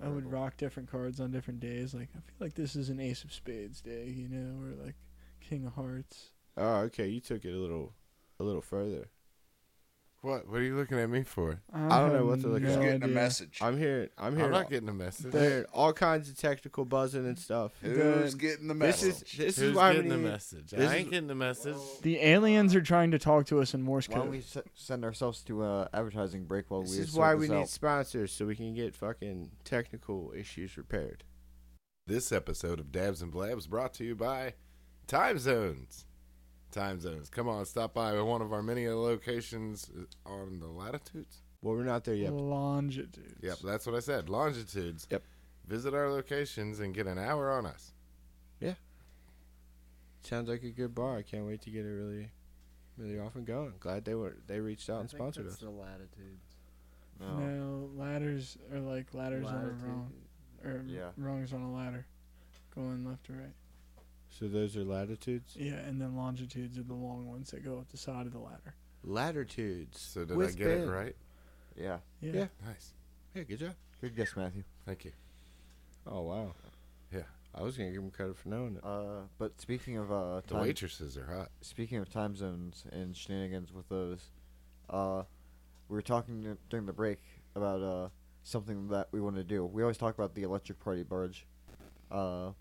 S1: I would
S2: Rebel.
S1: rock different cards on different days. Like, I feel like this is an Ace of Spades day, you know, or like King of Hearts.
S5: Oh, okay. You took it a little, a little further.
S4: What? What are you looking at me for?
S5: I don't know what to look
S1: have
S5: at.
S8: He's
S1: no
S8: getting a
S1: idea.
S8: message.
S5: I'm hearing, I'm
S4: I'm
S5: hearing,
S4: not
S5: all,
S4: getting a message.
S5: I'm hearing all kinds of technical buzzing and stuff.
S8: Who's getting the
S5: This
S8: message?
S5: is this
S4: Who's
S5: is why we
S4: getting the
S5: need-
S4: message?
S5: this
S4: I
S5: is-
S4: ain't getting the message.
S1: The aliens are trying to talk to us in Morse
S2: Why don't we
S1: code.
S2: se- send ourselves to uh, advertising break while
S5: This
S2: we
S5: is
S2: sort
S5: why
S2: this
S5: we need
S2: out?
S5: sponsors so we can get fucking technical issues repaired.
S4: This episode of Dabs and Blabs brought to you by Time Zones. Time Zones. Come on, stop by one of our many locations uh, on the latitudes.
S5: Well, we're not there yet.
S1: Longitudes.
S4: Yep, that's what I said. Longitudes.
S5: Yep.
S4: Visit our locations and get an hour on us.
S5: Sounds like a good bar. I can't wait to get it really, really off and going. Glad they were they reached out
S3: I
S5: and
S3: think
S5: sponsored
S3: that's
S5: us.
S3: The latitude.
S2: No.
S1: No, ladders are like ladders on a wrong, or
S2: Yeah.
S1: wrongs on a ladder, going left to right.
S5: So those are latitudes.
S1: Yeah, and then longitudes are the long ones that go up the side of the ladder.
S5: Latitudes.
S4: So did I
S5: With
S4: get it
S5: Ben.
S4: right?
S2: Yeah,
S1: Yeah.
S5: Yeah.
S4: Nice.
S5: Yeah, good job.
S2: good guess, Matthew.
S4: Thank you.
S5: Oh wow.
S4: Yeah.
S5: I was gonna give him credit for knowing it.
S2: Uh, but speaking of uh,
S4: The
S2: time,
S4: waitresses are hot.
S2: speaking of time zones and shenanigans with those, uh, we were talking dur- during the break about uh, something that we want to do. We always talk about the electric party barge, uh,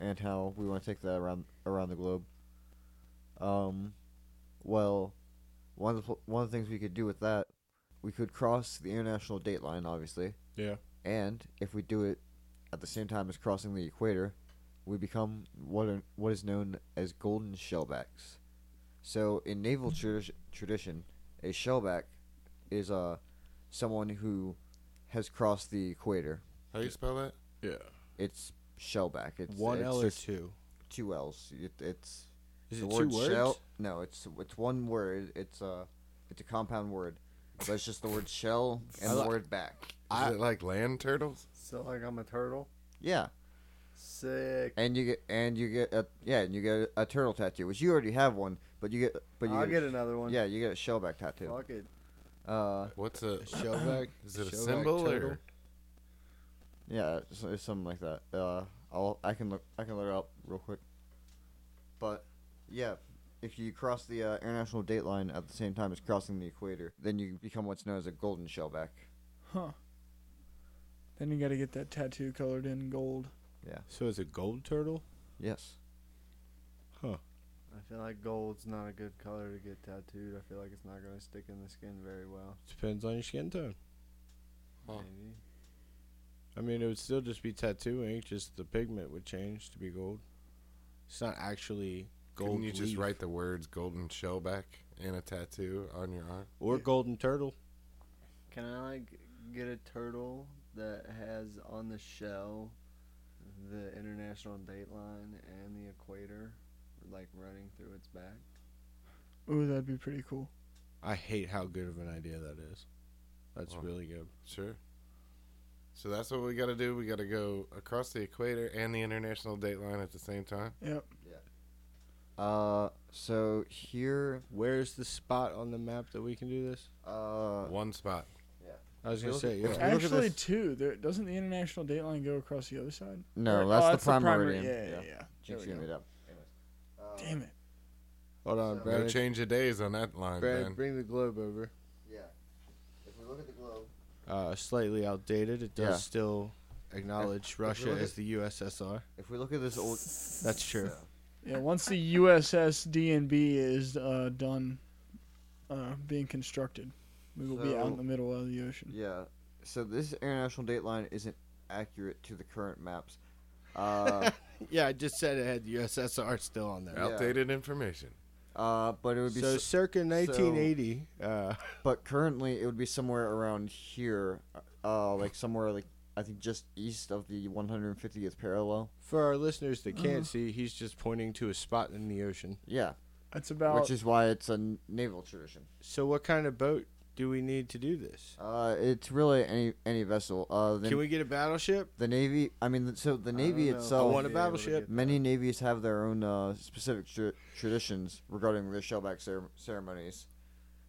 S2: and how we want to take that around around the globe. Um, well, one of the, pl- one of the things we could do with that, we could cross the international date line, obviously,
S5: Yeah.
S2: and if we do it at the same time as crossing the equator, we become what are, what is known as golden shellbacks, So in naval
S5: Mm.
S2: tradi- tradition, a shellback is uh, someone who has crossed the equator.
S4: How do you spell that?
S5: Yeah.
S2: It's shellback. It's
S5: One
S2: it's
S5: L or
S2: just
S5: two?
S2: two L's. It, it's
S5: Is
S2: the
S5: it
S2: word
S5: two words?
S2: shell. No, it's it's one word. It's uh, it's a compound word, but it's just the word shell and
S5: I
S2: the
S5: li-
S2: word back.
S4: Is it like land turtles?
S3: So like I'm a turtle.
S2: Yeah,
S3: Sick.
S2: and you get and you get a, yeah, and you get a turtle tattoo, which you already have one, but you get but you
S3: I'll
S2: get,
S3: get another one.
S2: yeah, you get a shellback tattoo.
S3: Fuck it.
S2: Uh,
S4: What's a
S5: Shellback.
S4: is it a
S5: shellback
S4: symbol
S5: turtle?
S4: or
S2: yeah, it's, it's something like that. Uh, I'll I can look I can look it up real quick. But yeah, if you cross the uh, international date line at the same time as crossing the equator, then you become what's known as a golden shellback.
S1: Then you got to get that tattoo colored in gold.
S5: So it's a gold turtle.
S2: Yes.
S3: I feel like gold's not a good color to get tattooed. I feel like it's not gonna stick in the skin very well.
S5: Depends on your skin tone.
S4: Huh.
S3: Maybe.
S5: I mean, it would still just be tattoo ink. Just the pigment would change to be gold. It's not actually gold.
S4: Couldn't you just
S5: leaf
S4: write the words golden shellback in a tattoo on your arm?
S5: or golden turtle.
S3: Can I like get a turtle that has on the shell the international date line and the equator like running through its back?
S1: Ooh, that'd be pretty cool.
S5: I hate how good of an idea that is. That's
S4: Oh.
S5: really good.
S4: Sure. So that's what we got to do. We got to go across the equator and the international date line at the same time.
S2: Uh, so here,
S5: Where's the spot on the map that we can do this?
S2: uh,
S4: One spot.
S5: I was gonna
S2: Look-
S5: say yeah.
S2: look at
S1: Actually,
S2: this.
S1: too. There doesn't the international date line go across the other side? Or-
S2: no,
S1: oh,
S2: that's, the prime
S1: primary.
S2: meridian.
S1: Yeah, yeah, yeah. There we
S2: Jinxing
S1: go.
S2: it up. Uh,
S1: Damn it.
S5: Hold on,
S2: So-
S4: No
S5: Brandon.
S4: change of days on that line,
S5: Brandon,
S4: Ben.
S5: bring the globe over.
S2: Yeah. If we look at the globe,
S5: Uh, slightly outdated. It does
S2: Yeah.
S5: still acknowledge Russia
S2: look at-
S5: as the USSR.
S2: if we look at this old,
S5: That's true.
S1: Yeah, once the USS DNB is uh, done uh, being constructed, we will be out
S2: So-
S1: in the middle of the ocean.
S2: yeah. So this international date line isn't accurate to the current maps. Uh,
S5: Yeah, I just said it had the USSR still on there.
S2: Yeah.
S4: Outdated information.
S2: uh, but it would be.
S5: So
S2: s-
S5: circa 1980. uh,
S2: but currently, it would be somewhere around here, uh, like somewhere like I think just east of the 150th parallel.
S5: for our listeners that
S2: Mm-hmm.
S5: can't see, he's just pointing to a spot in the ocean.
S2: Yeah,
S1: That's about.
S2: which is why it's a n- naval tradition.
S5: So what kind of boat do we need to do this?
S2: Uh, it's really any any vessel. Uh, the,
S5: Can we get a battleship?
S2: the navy. I mean, th- so the navy
S3: don't know if
S2: itself.
S5: I want a
S3: I'd be able to
S5: battleship.
S3: get that.
S2: Many navies have their own uh, specific tr traditions regarding their shellback cer- ceremonies.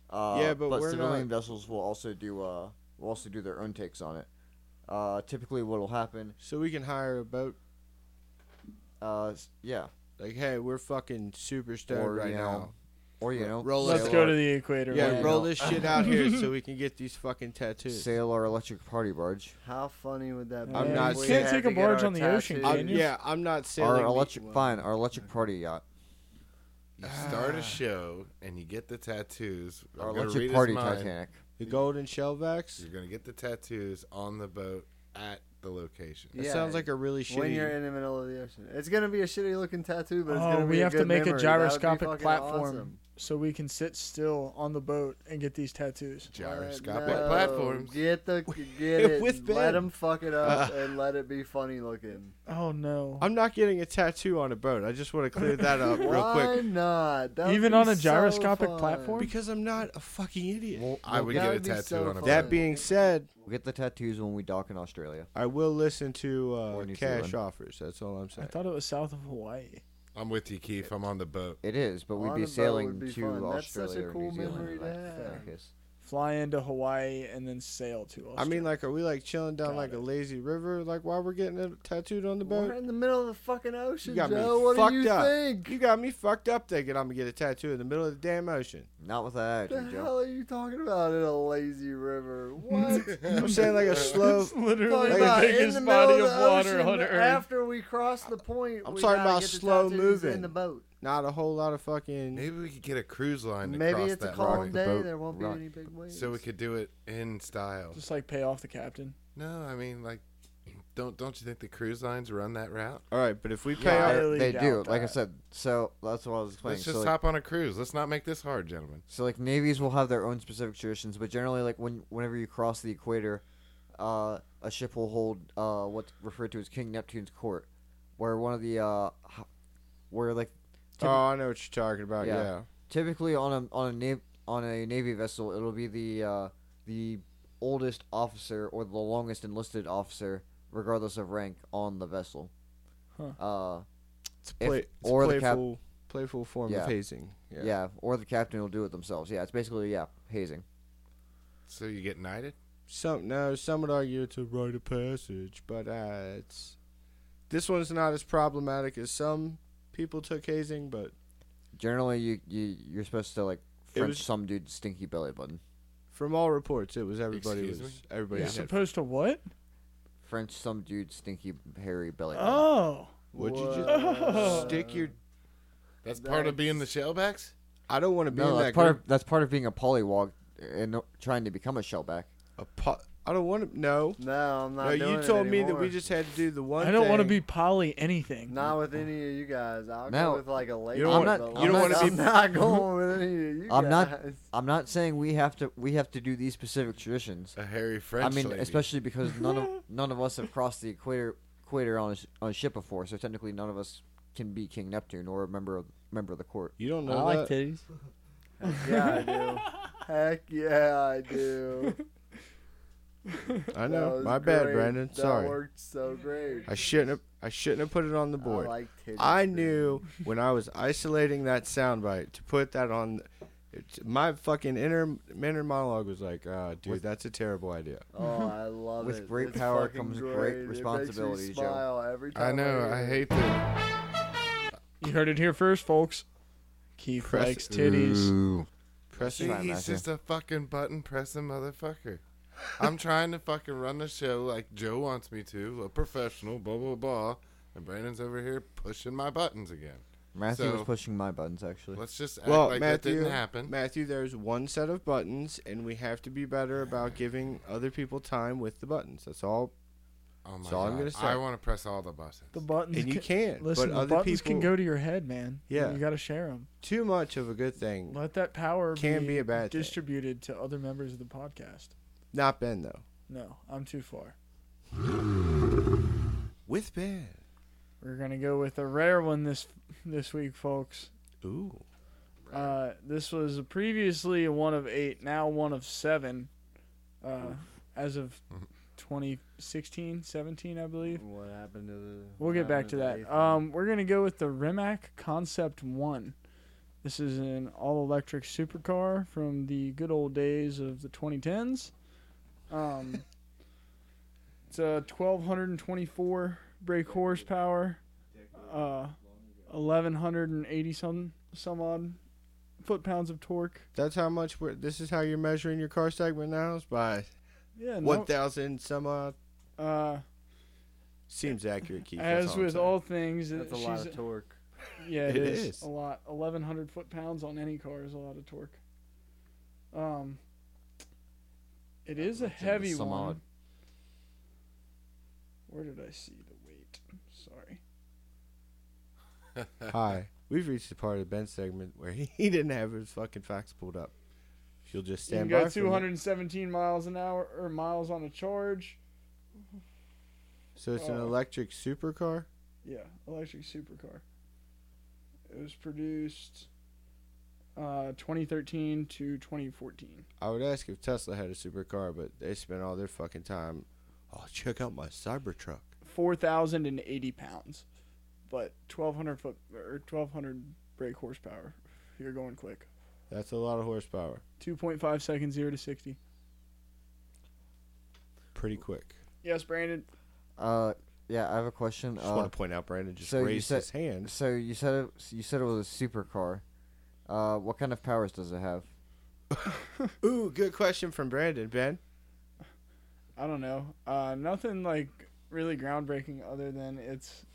S2: Uh,
S5: Yeah, but we're
S2: civilian vessels will also do uh, will also do their own takes on it. Uh, typically, what will happen?
S5: So we can hire a boat.
S2: Uh, s- yeah,
S5: Like, hey, we're fucking super stoned
S2: Or,
S5: right
S2: you
S5: now.
S2: know, or you know,
S5: Roll
S1: let's
S5: it.
S1: go to the equator.
S5: yeah,
S1: right?
S5: roll
S2: know.
S5: this shit out here so we can get these fucking tattoos.
S2: sail our electric party barge.
S3: How funny would that be?
S1: I'm
S3: if
S5: not-
S3: we
S5: You can't
S3: had
S1: take
S3: to
S1: a
S3: get
S1: barge
S3: our
S1: on the ocean,
S3: tattoos?
S1: can
S5: I'm-
S1: you?
S5: yeah, I'm not
S2: Our
S5: sailing. the-
S2: electric, fine, our electric party uh, yacht.
S4: You start a show and you get the tattoos. I'm
S2: Our
S4: gonna read
S2: electric
S4: his
S2: Oh, party
S4: mind.
S2: Titanic.
S5: The golden shellbacks.
S4: You're gonna get the tattoos on the boat at the location.
S5: That
S3: Yeah.
S5: sounds like a really
S3: When
S5: shitty.
S3: you're in the middle of the ocean, it's gonna be a shitty looking tattoo, but it's
S1: Oh,
S3: gonna be
S1: we
S3: a
S1: have to
S3: good
S1: make a
S3: memory. That would be
S1: gyroscopic
S3: fucking
S1: platform
S3: awesome.
S1: so we can sit still on the boat and get these tattoos.
S4: Gyroscopic
S3: No,
S4: platforms.
S3: Get the get it.
S5: With
S3: let
S5: Ben.
S3: them fuck it up and let it be funny looking.
S1: Oh no!
S5: I'm not getting a tattoo on a boat. I just want to clear that up real
S3: Why
S5: quick
S3: not? That would
S1: Even
S3: be
S1: on a
S3: so
S1: gyroscopic
S3: fun.
S1: platform?
S5: because I'm not a fucking idiot.
S4: I would
S3: that
S4: get a
S3: would be
S4: tattoo
S3: so
S4: on a
S3: fun.
S4: boat.
S5: That being said,
S2: We'll get the tattoos when we dock in Australia.
S5: I will listen to uh,
S2: Or New
S5: cash
S2: Zealand.
S5: offers. That's all I'm
S1: I
S5: saying.
S1: thought it was south of Hawaii.
S4: I'm with you, Keith. I'm on the boat.
S2: It is, but we'd
S3: On a
S2: be
S3: boat
S2: sailing
S3: would be
S2: to
S3: fun.
S2: Australia
S3: That's such a
S2: or
S3: cool
S2: New Zealand.
S3: memory to
S2: like,
S3: have.
S2: I guess.
S1: Fly into Hawaii and then sail to Australia.
S5: I mean, like, are we like chilling down
S1: Got
S5: like a
S1: it.
S5: lazy river? Like, while we're getting it tattooed on the
S3: We're
S5: boat?
S3: in the middle of the fucking
S5: You
S3: ocean,
S5: got me
S3: Joe. What
S5: fucked
S3: do you
S5: up.
S3: think?
S5: You got me fucked up thinking I'm gonna get a tattoo in the middle of the damn ocean.
S2: Not with that
S3: What
S2: attitude,
S3: the
S2: Joe.
S3: hell are you talking about in a lazy river? What?
S5: I'm saying like a slow.
S1: it's literally
S3: Talking
S5: Like,
S1: the
S3: about in
S1: biggest
S3: the
S1: body
S3: middle
S1: of water
S3: ocean
S1: on earth.
S3: After we cross the point,
S5: I'm
S3: we
S5: talking
S3: gotta
S5: about
S3: get the
S5: slow
S3: tattoos in
S5: moving.
S3: the boat.
S5: Not a whole lot of fucking.
S4: Maybe we could get a cruise line. To
S3: Maybe
S4: cross
S3: it's a
S4: that
S3: calm
S4: line.
S2: the
S3: day.
S2: boat.
S3: there won't
S2: Rock.
S3: be any big waves.
S4: So we could do it in style.
S1: Just like pay off the captain.
S4: No, I mean like Don't don't you think the cruise lines run that route?
S5: All right, but if we pay
S1: Yeah,
S5: our
S1: highly
S2: they do.
S1: doubt
S2: Like I
S1: that.
S2: said, so that's what I was explaining.
S4: Let's just
S2: so, like,
S4: hop on a cruise. Let's not make this hard, gentlemen.
S2: so like navies will have their own specific traditions, but generally, like when whenever you cross the equator, uh, a ship will hold uh, what's referred to as King Neptune's court, where one of the uh, h- where like
S5: oh, I know what you're talking about.
S2: Yeah.
S5: Yeah,
S2: typically on a on a nav- on a navy vessel, it'll be the uh, the oldest officer or the longest enlisted officer, regardless of rank, on the vessel.
S1: Huh.
S2: Uh,
S5: It's,
S2: If-
S5: play, it's
S2: or the cap-
S5: playful, playful form
S2: Yeah.
S5: of hazing. Yeah.
S2: yeah. or the captain will do it themselves. Yeah, it's basically yeah hazing.
S4: So you get knighted?
S5: Some no, some would argue it's a rite of passage, but uh, it's this one's not as problematic as some people took hazing, but
S2: Generally, you you you're supposed to like
S5: It
S2: French
S5: was-
S2: some dude's stinky belly button.
S5: from all reports, it was everybody
S4: Excuse
S5: was
S4: me?
S5: everybody
S1: You're
S5: was had-
S1: supposed to what?
S2: French some dude's stinky hairy belly button.
S1: Oh,
S5: Would you
S1: Whoa.
S5: just stick your?
S4: That's part of being the shellbacks?
S5: I don't want to be
S2: no,
S5: in
S2: that's
S5: that
S2: part
S5: group.
S2: of that's part of being a polywog and o- trying to become a shellback.
S5: A po- I don't want to. No,
S3: No, I'm not.
S5: no.
S3: doing
S5: You
S3: it
S5: told me that we
S3: anymore.
S5: just had to do the one.
S1: I don't want to
S5: thing.
S1: be poly anything.
S3: Not with any of you guys. I'll
S2: No.
S3: go with like a lady.
S5: don't
S2: wanna-
S3: but,
S2: you
S3: like,
S2: don't wanna
S3: I'm
S2: be-
S3: not going with any of you
S2: I'm not-
S3: guys.
S2: I'm not saying we have to we have to do these specific traditions.
S4: A hairy French
S2: I mean,
S4: lady.
S2: especially because none of none of us have crossed the equator equator on a, sh- on a ship before, so technically none of us can be King Neptune or a member of member of the court.
S5: You don't know
S10: I like
S5: that.
S10: titties.
S3: Yeah, I do. Heck yeah, I do.
S5: I
S3: That
S5: know.
S3: was
S5: My bad,
S3: great.
S5: Brandon.
S3: That
S5: Sorry.
S3: worked so great.
S5: I shouldn't have. I shouldn't have put it on the board.
S3: I,
S5: I,
S3: like titties, dude.
S5: knew when I was isolating that soundbite to put that on. it's- My fucking inner inner monologue was like, uh, "Dude, that's a terrible idea."
S3: Oh, I love
S2: With
S3: it.
S2: great
S3: It's
S2: power
S3: fucking
S2: comes great
S3: great It
S2: responsibility,
S3: makes
S2: Joe.
S3: me smile every time
S4: I know. I
S3: hear
S4: hate the
S1: You heard it here first, folks. Keith
S5: Press-
S1: likes titties.
S5: Pressing.
S4: See,
S2: Fine,
S4: he's
S2: Matthew.
S4: just a fucking button pressing motherfucker. I'm trying to fucking run the show like Joe wants me to, a professional, blah blah blah, and Brandon's over here pushing my buttons again.
S2: Matthew was
S4: So-
S2: pushing my buttons actually.
S4: Let's just act
S5: Well,
S4: like that
S5: Matthew,
S4: didn't happen.
S5: Matthew, there's one set of buttons, and we have to be better about giving other people time with the buttons. That's all.
S4: oh my
S5: that's all
S4: god!
S5: I'm gonna say.
S4: I want to press all the buttons.
S1: The buttons.
S5: And you
S1: can,
S5: can't.
S1: listen,
S5: but
S1: the
S5: other
S1: buttons
S5: people,
S1: can go to your head, man.
S5: Yeah.
S1: You got to share them.
S5: Too much of a good thing.
S1: Let that power
S5: Can be a bad thing.
S1: distributed to other members of the podcast.
S5: Not Ben though.
S1: No, I'm too far.
S5: With Ben.
S1: We're gonna go with a rare one this this week, folks.
S5: Ooh.
S1: Uh, this was previously a one of eight, now one of seven, uh, as of 2016, 17, I believe.
S3: What happened to the?
S1: We'll get
S3: what
S1: back
S3: happened
S1: to
S3: the
S1: that.
S3: eighth one?
S1: Um, we're gonna go with the Rimac Concept One. This is an all-electric supercar from the good old days of the 2010s. Um, it's a 1224 brake horsepower, uh, 1180 some some odd foot pounds of torque.
S5: That's how much we're. This is how you're measuring your car segment now. Is by
S1: Yeah,
S5: one
S1: no,
S5: thousand some odd.
S1: uh,
S5: Seems accurate, Keith. that's
S1: as
S5: I'm
S1: with
S5: saying.
S1: all things, it-
S3: That's a lot
S1: she's-
S3: of torque.
S1: Yeah, it
S5: It
S1: is,
S5: is.
S1: a lot. Eleven hundred foot pounds on any car is a lot of torque. Um, it is a
S2: That's in the
S1: heavy
S2: some
S1: one.
S2: odd.
S1: Where did I see the weight? Sorry.
S5: Hi, we've reached the part of Ben's segment where he, he didn't have his fucking facts pulled up. If you'll just stand
S1: you can go
S5: by. for a
S1: two
S5: minute.
S1: hundred and seventeen miles an hour or miles on a charge.
S5: So it's an
S1: Oh.
S5: electric supercar.
S1: Yeah, electric supercar. It was produced uh 2013 to 2014.
S5: I would ask if Tesla had a supercar, but they spent all their fucking time. Oh, check out my Cybertruck.
S1: 4,080 pounds, but 1,200 foot or 1,200 brake horsepower. You're going quick.
S5: That's a lot of horsepower.
S1: 2.5 seconds, 0 to 60.
S5: Pretty quick.
S1: Yes, Brandon.
S2: Uh, yeah, I have a question.
S5: Just
S2: Uh,
S5: want to point out Brandon just
S2: so you
S5: raised
S2: said-
S5: his hand.
S2: so you said it, you said it was a supercar. Uh, what kind of powers does it have?
S5: Ooh, good question from Brandon. Ben,
S1: I don't know. Uh, nothing like really groundbreaking other than it's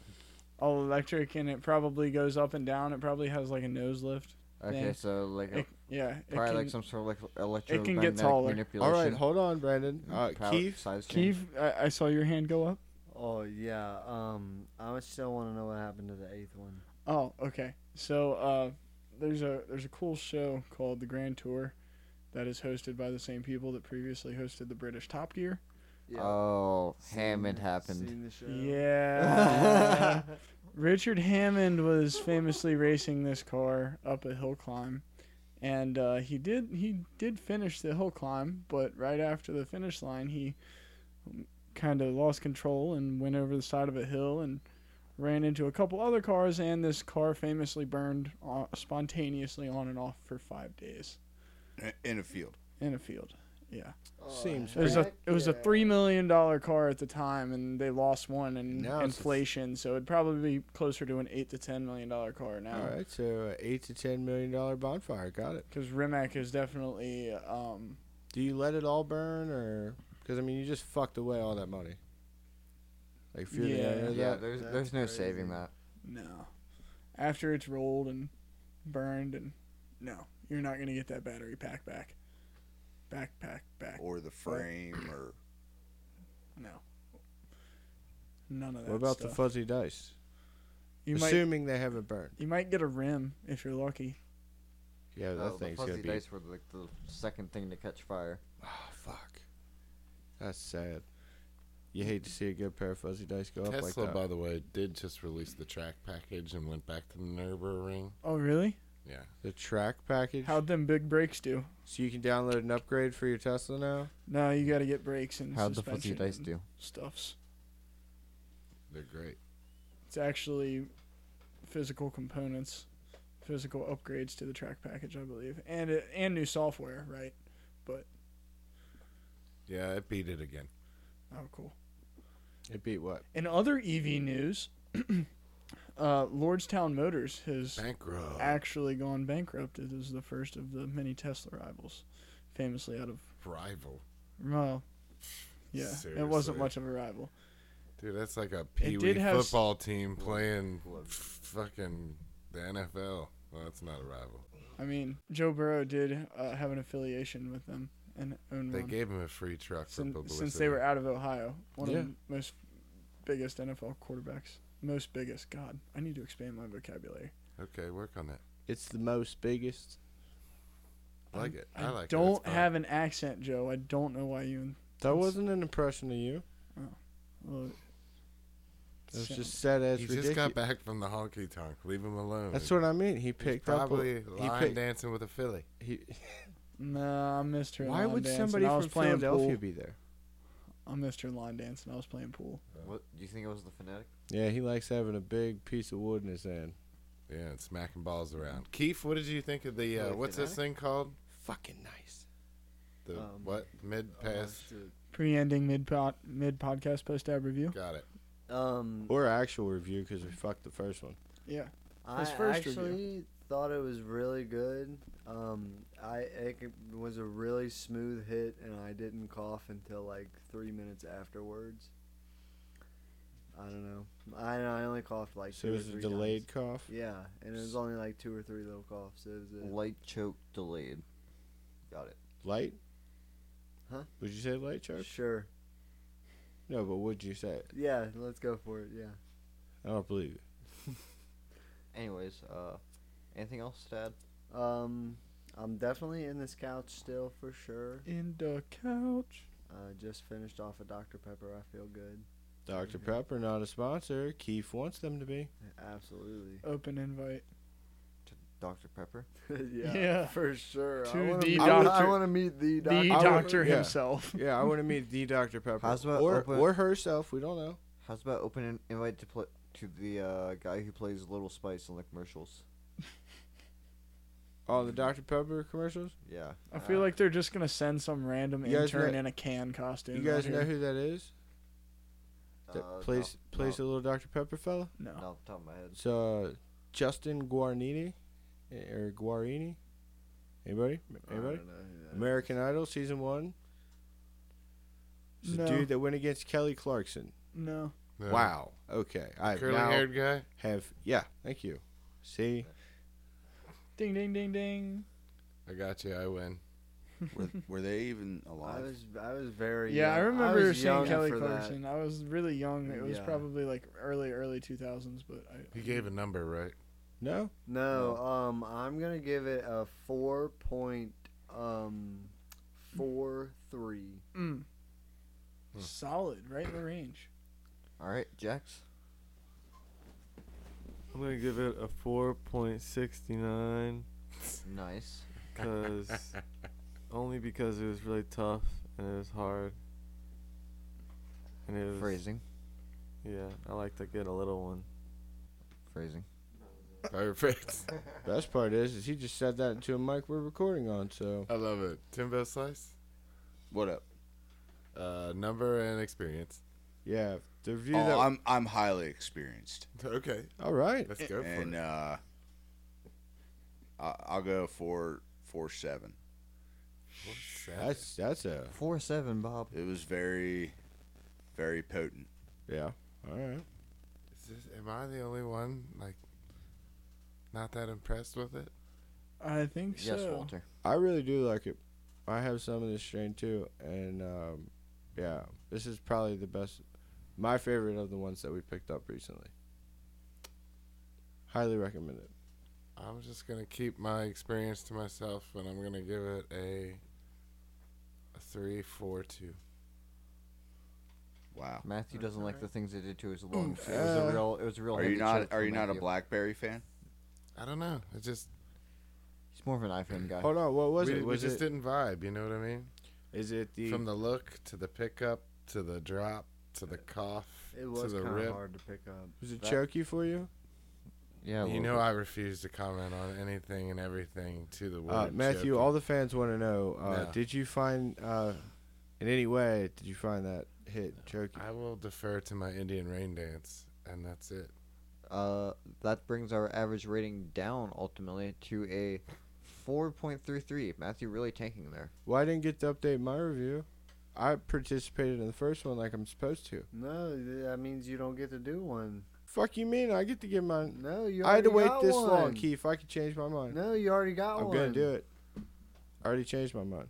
S1: all electric and it probably goes up and down. It probably has like a nose lift.
S2: Okay,
S1: Yeah.
S2: so like a,
S1: It, yeah. It
S2: probably
S1: can,
S2: like some sort of like electromagnetic
S1: can get taller.
S2: manipulation.
S5: all right, hold on, Brandon. Uh,
S2: Mm-hmm. power-
S5: Keith,
S2: size change.
S1: Keith, I, I saw your hand go up.
S3: Oh yeah. Um, I would still want to know what happened to the eighth one.
S1: Oh, okay. So uh, there's a there's a cool show called The Grand Tour that is hosted by the same people that previously hosted the British Top Gear.
S2: Oh,
S3: Seen
S2: Hammond
S3: it-
S2: happened.
S3: Seen the show.
S1: Yeah. Richard Hammond was famously racing this car up a hill climb, and uh, he did he did finish the hill climb, but right after the finish line, he kind of lost control and went over the side of a hill and ran into a couple other cars, and this car famously burned uh, spontaneously on and off for five days
S5: Uh,
S8: In- In a field.
S1: in a field. Yeah,
S3: Oh,
S5: Seems
S1: it was a
S3: heck
S1: it was a
S3: yeah.
S1: three million dollar car at the time, and they lost one in
S5: Now it's a-
S1: inflation, so it'd probably be closer to an eight to ten million dollar car now.
S5: All right, so uh, eight to ten million dollar bonfire. Got it.
S1: Because Rimac is definitely um,
S5: Do you let it all burn, or because I mean, you just fucked away all that money. Like if you're
S1: Yeah.
S5: the owner of
S2: Yeah,
S5: that-
S2: there's
S3: That's
S2: there's no
S3: crazy.
S2: saving that.
S1: no. After it's rolled and burned, and no, you're not gonna get that battery pack back. Back, back, back.
S8: Or the frame or
S1: No. None of that.
S5: what about the
S1: stuff.
S5: fuzzy dice?
S1: You might
S5: Assuming they haven't burned.
S1: you might get a rim if you're lucky.
S5: Yeah, that
S2: Oh, the
S5: thing's gonna
S2: fuzzy
S5: be.
S2: dice were like the second thing to catch fire.
S5: Oh fuck, that's sad. You hate to see a good pair of fuzzy dice go up like
S4: Tesla,
S5: that.
S4: by the way, did just release the track package and went back to the Nurburgring.
S1: Oh really?
S4: Yeah,
S5: the track package.
S1: How'd them big brakes do?
S5: so you can download an upgrade for your Tesla now.
S1: No, you got to get brakes and
S2: How'd the fuzzy
S1: suspension
S2: dice
S1: and
S2: do?
S1: stuffs.
S4: they're great.
S1: It's actually physical components, physical upgrades to the track package, I believe, and it, and new software, right?
S4: Yeah, it beat it again.
S1: Oh, cool.
S5: It beat what?
S1: In other EV news, uh, Lordstown Motors has
S4: Bankrupt.
S1: actually gone bankrupt. It is the first of the many Tesla rivals, famously out of
S4: rival.
S1: well, yeah, it
S4: Seriously.
S1: wasn't much of a rival.
S4: Dude, that's like a pee wee
S1: did have s-
S4: football team playing f- fucking the NFL. Well, that's not a rival.
S1: I mean, Joe Burrow did uh, have an affiliation with them and own
S4: They
S1: one.
S4: gave him a free truck for
S1: since,
S4: publicity.
S1: since they were out of Ohio, one
S5: Yeah.
S1: of the most biggest NFL quarterbacks. Most biggest. God, I need to expand my vocabulary.
S4: okay, work on that.
S5: It's the most biggest.
S4: Like it. I, like it.
S1: don't
S4: It's fine.
S1: have an accent, Joe. I don't know why you.
S5: That
S1: That's-
S5: wasn't an impression of you.
S1: Well,
S5: It was
S1: sa-
S5: just said as
S4: He
S5: ridiculous.
S4: just got back from the honky tonk. Leave him alone.
S5: That's what I mean. He
S4: He's
S5: picked up.
S4: probably
S5: A, he
S4: line
S5: picked,
S4: dancing with a filly.
S5: he,
S1: Nah, I missed her.
S5: why
S1: line
S5: would
S1: dance,
S5: somebody
S1: and I was
S5: from
S1: playing
S5: Philadelphia
S1: Pool.
S5: be there?
S1: I missed her line dance, and I was playing pool.
S2: What do you think it was the phonetic?
S5: Yeah, he likes having a big piece of wood in his hand.
S4: Yeah, and smacking balls around. Keith, what did you think of the uh,
S2: Really
S4: what's this thing called?
S5: Fucking nice.
S4: The
S3: Um,
S4: what mid pass?
S1: Pre-ending mid pod mid podcast post ab review.
S4: Got it.
S3: Um,
S5: Or actual review because we fucked the first one.
S1: Yeah,
S3: I
S1: His first review.
S3: actually thought it was really good. Um, I it c- was a really smooth hit, and I didn't cough until like three minutes afterwards. I don't know. I I only coughed like
S5: So
S3: two
S5: it
S3: or
S5: was a
S3: three
S5: delayed
S3: times.
S5: cough.
S3: Yeah, and it was only like two or three little coughs. It was it.
S2: Light choke delayed. Got it.
S5: Light?
S3: Huh?
S5: Would you say light sharp?
S3: Sure.
S5: No, but would you say it?
S3: Yeah, let's go for it. Yeah.
S5: I don't believe it.
S2: Anyways, uh, anything else to add?
S3: Um, I'm definitely in this couch still for sure.
S1: in the couch.
S3: Uh, just finished off a Dr Pepper. I feel good.
S5: Dr. Pepper, not a sponsor. Keith wants them to be.
S3: Absolutely.
S1: Open invite.
S2: Dr. Pepper?
S3: yeah,
S1: Yeah.
S3: for sure.
S1: To
S3: I wanna
S1: the
S3: meet, I wanna- I
S1: doctor-
S3: want to meet the doctor.
S1: The
S5: would-
S1: doctor
S5: yeah.
S1: himself.
S5: Yeah, I want to meet the Dr. Pepper.
S2: How's about
S5: or,
S2: open-
S5: or herself. We don't know.
S2: How's about open an invite to play to the uh, guy who plays Little Spice in the commercials?
S5: Oh, the Dr. Pepper commercials?
S2: Yeah.
S1: I feel like they're just gonna send some random
S5: Ah. You guys
S1: intern
S5: know-
S1: in a can costume.
S5: You
S1: out
S5: guys know
S1: here.
S5: who that is? That
S2: Uh,
S5: plays
S2: no,
S5: plays
S2: no,
S5: a little Dr Pepper fella.
S1: No.
S2: not off the top of my head.
S5: It's uh, Justin Guarnini eh, or Guarini. Anybody?
S3: I don't
S5: Anybody?
S3: know who that is.
S5: American Idol season one. It's the
S1: No.
S5: dude that went against Kelly Clarkson.
S1: No.
S4: No.
S5: Wow. Okay. I have
S4: Curly
S5: now
S4: haired guy.
S5: have yeah. Thank you. See,
S1: Ding ding ding ding.
S4: I got you. I win.
S8: Were, were they even alive?
S3: I was I was very
S1: Yeah, I
S3: young.
S1: remember
S3: was
S1: seeing
S3: young
S1: Kelly
S3: for that.
S1: Clarkson. I was really young. It was
S3: Yeah.
S1: probably like early, early 2000s, but I,
S4: He gave a number, right?
S5: No.
S3: No, um, I'm gonna give it a four point um four three.
S1: Mm. solid, right in the range.
S2: All right, Jax.
S9: I'm gonna give it a 4.69
S2: Nice.
S9: because only because it was really tough and it was hard. And it was
S2: Phrasing.
S9: yeah. I like to get a little one.
S2: Phrasing.
S4: Perfect.
S5: Best part is, is he just said that into a mic we're recording on. So
S4: I love it. Timbo Slice,
S5: what up?
S4: uh, number and experience.
S5: Yeah, the review that.
S8: Oh, I'm I'm highly experienced,
S4: Okay,
S5: all right.
S4: let's go for
S8: and
S4: it.
S8: uh, I, I'll go for four seven.
S4: That's
S5: That's that's a
S2: Four seven, Bob.
S8: It was very, very potent.
S5: yeah. All right.
S4: Is this, am I the only one like not that impressed with it?
S1: I think
S2: Yes,
S1: so.
S2: Walter.
S5: I really do like it. I have some of this strain too, and um, yeah, this is probably the best, my favorite of the ones that we picked up recently. Highly recommend it.
S4: I'm just gonna keep my experience to myself, and I'm gonna give it a a three, four, two.
S8: Wow.
S2: Matthew doesn't like the things they did to his lungs.
S5: Oof.
S2: It was a
S5: Uh,
S2: real. It was a real.
S8: Are you
S2: heavy
S8: not
S2: choke
S8: Are
S2: for
S8: you not a
S2: Matthew.
S8: BlackBerry fan?
S4: I don't know. It just
S2: He's more of an iPhone guy.
S5: Hold on, what was
S4: we,
S5: it?
S4: we
S5: Was
S4: just
S5: it?
S4: didn't vibe. You know what I mean?
S5: Is it the?
S4: From the look to the pickup to the drop to the cough
S3: It
S4: to
S3: was
S4: the
S3: kind of
S4: rip.
S3: hard to pick up.
S5: was it
S2: that-
S5: choky for you? Uh,
S2: Yeah.
S4: You know, I refuse to comment on anything and everything to the word.
S5: Uh, Matthew,
S4: choking.
S5: all the fans want to know: uh,
S4: No.
S5: Did you find, uh, in any way, did you find that hit choky?
S4: I will defer to my Indian rain dance, and that's it.
S2: Uh, that brings our average rating down ultimately to a four point three three. Matthew really tanking there.
S5: Well, I didn't get to update my review. I participated in the first one like I'm supposed to.
S3: No, th- that means you don't get to do one.
S5: Fuck you mean? I get to give mine.
S3: No, you.
S5: I had to
S3: already
S5: wait
S3: got
S5: this long,
S3: one.
S5: Keith. I could change my mind.
S3: No, you already got
S5: I'm
S3: one.
S5: gonna do it. I already changed my mind.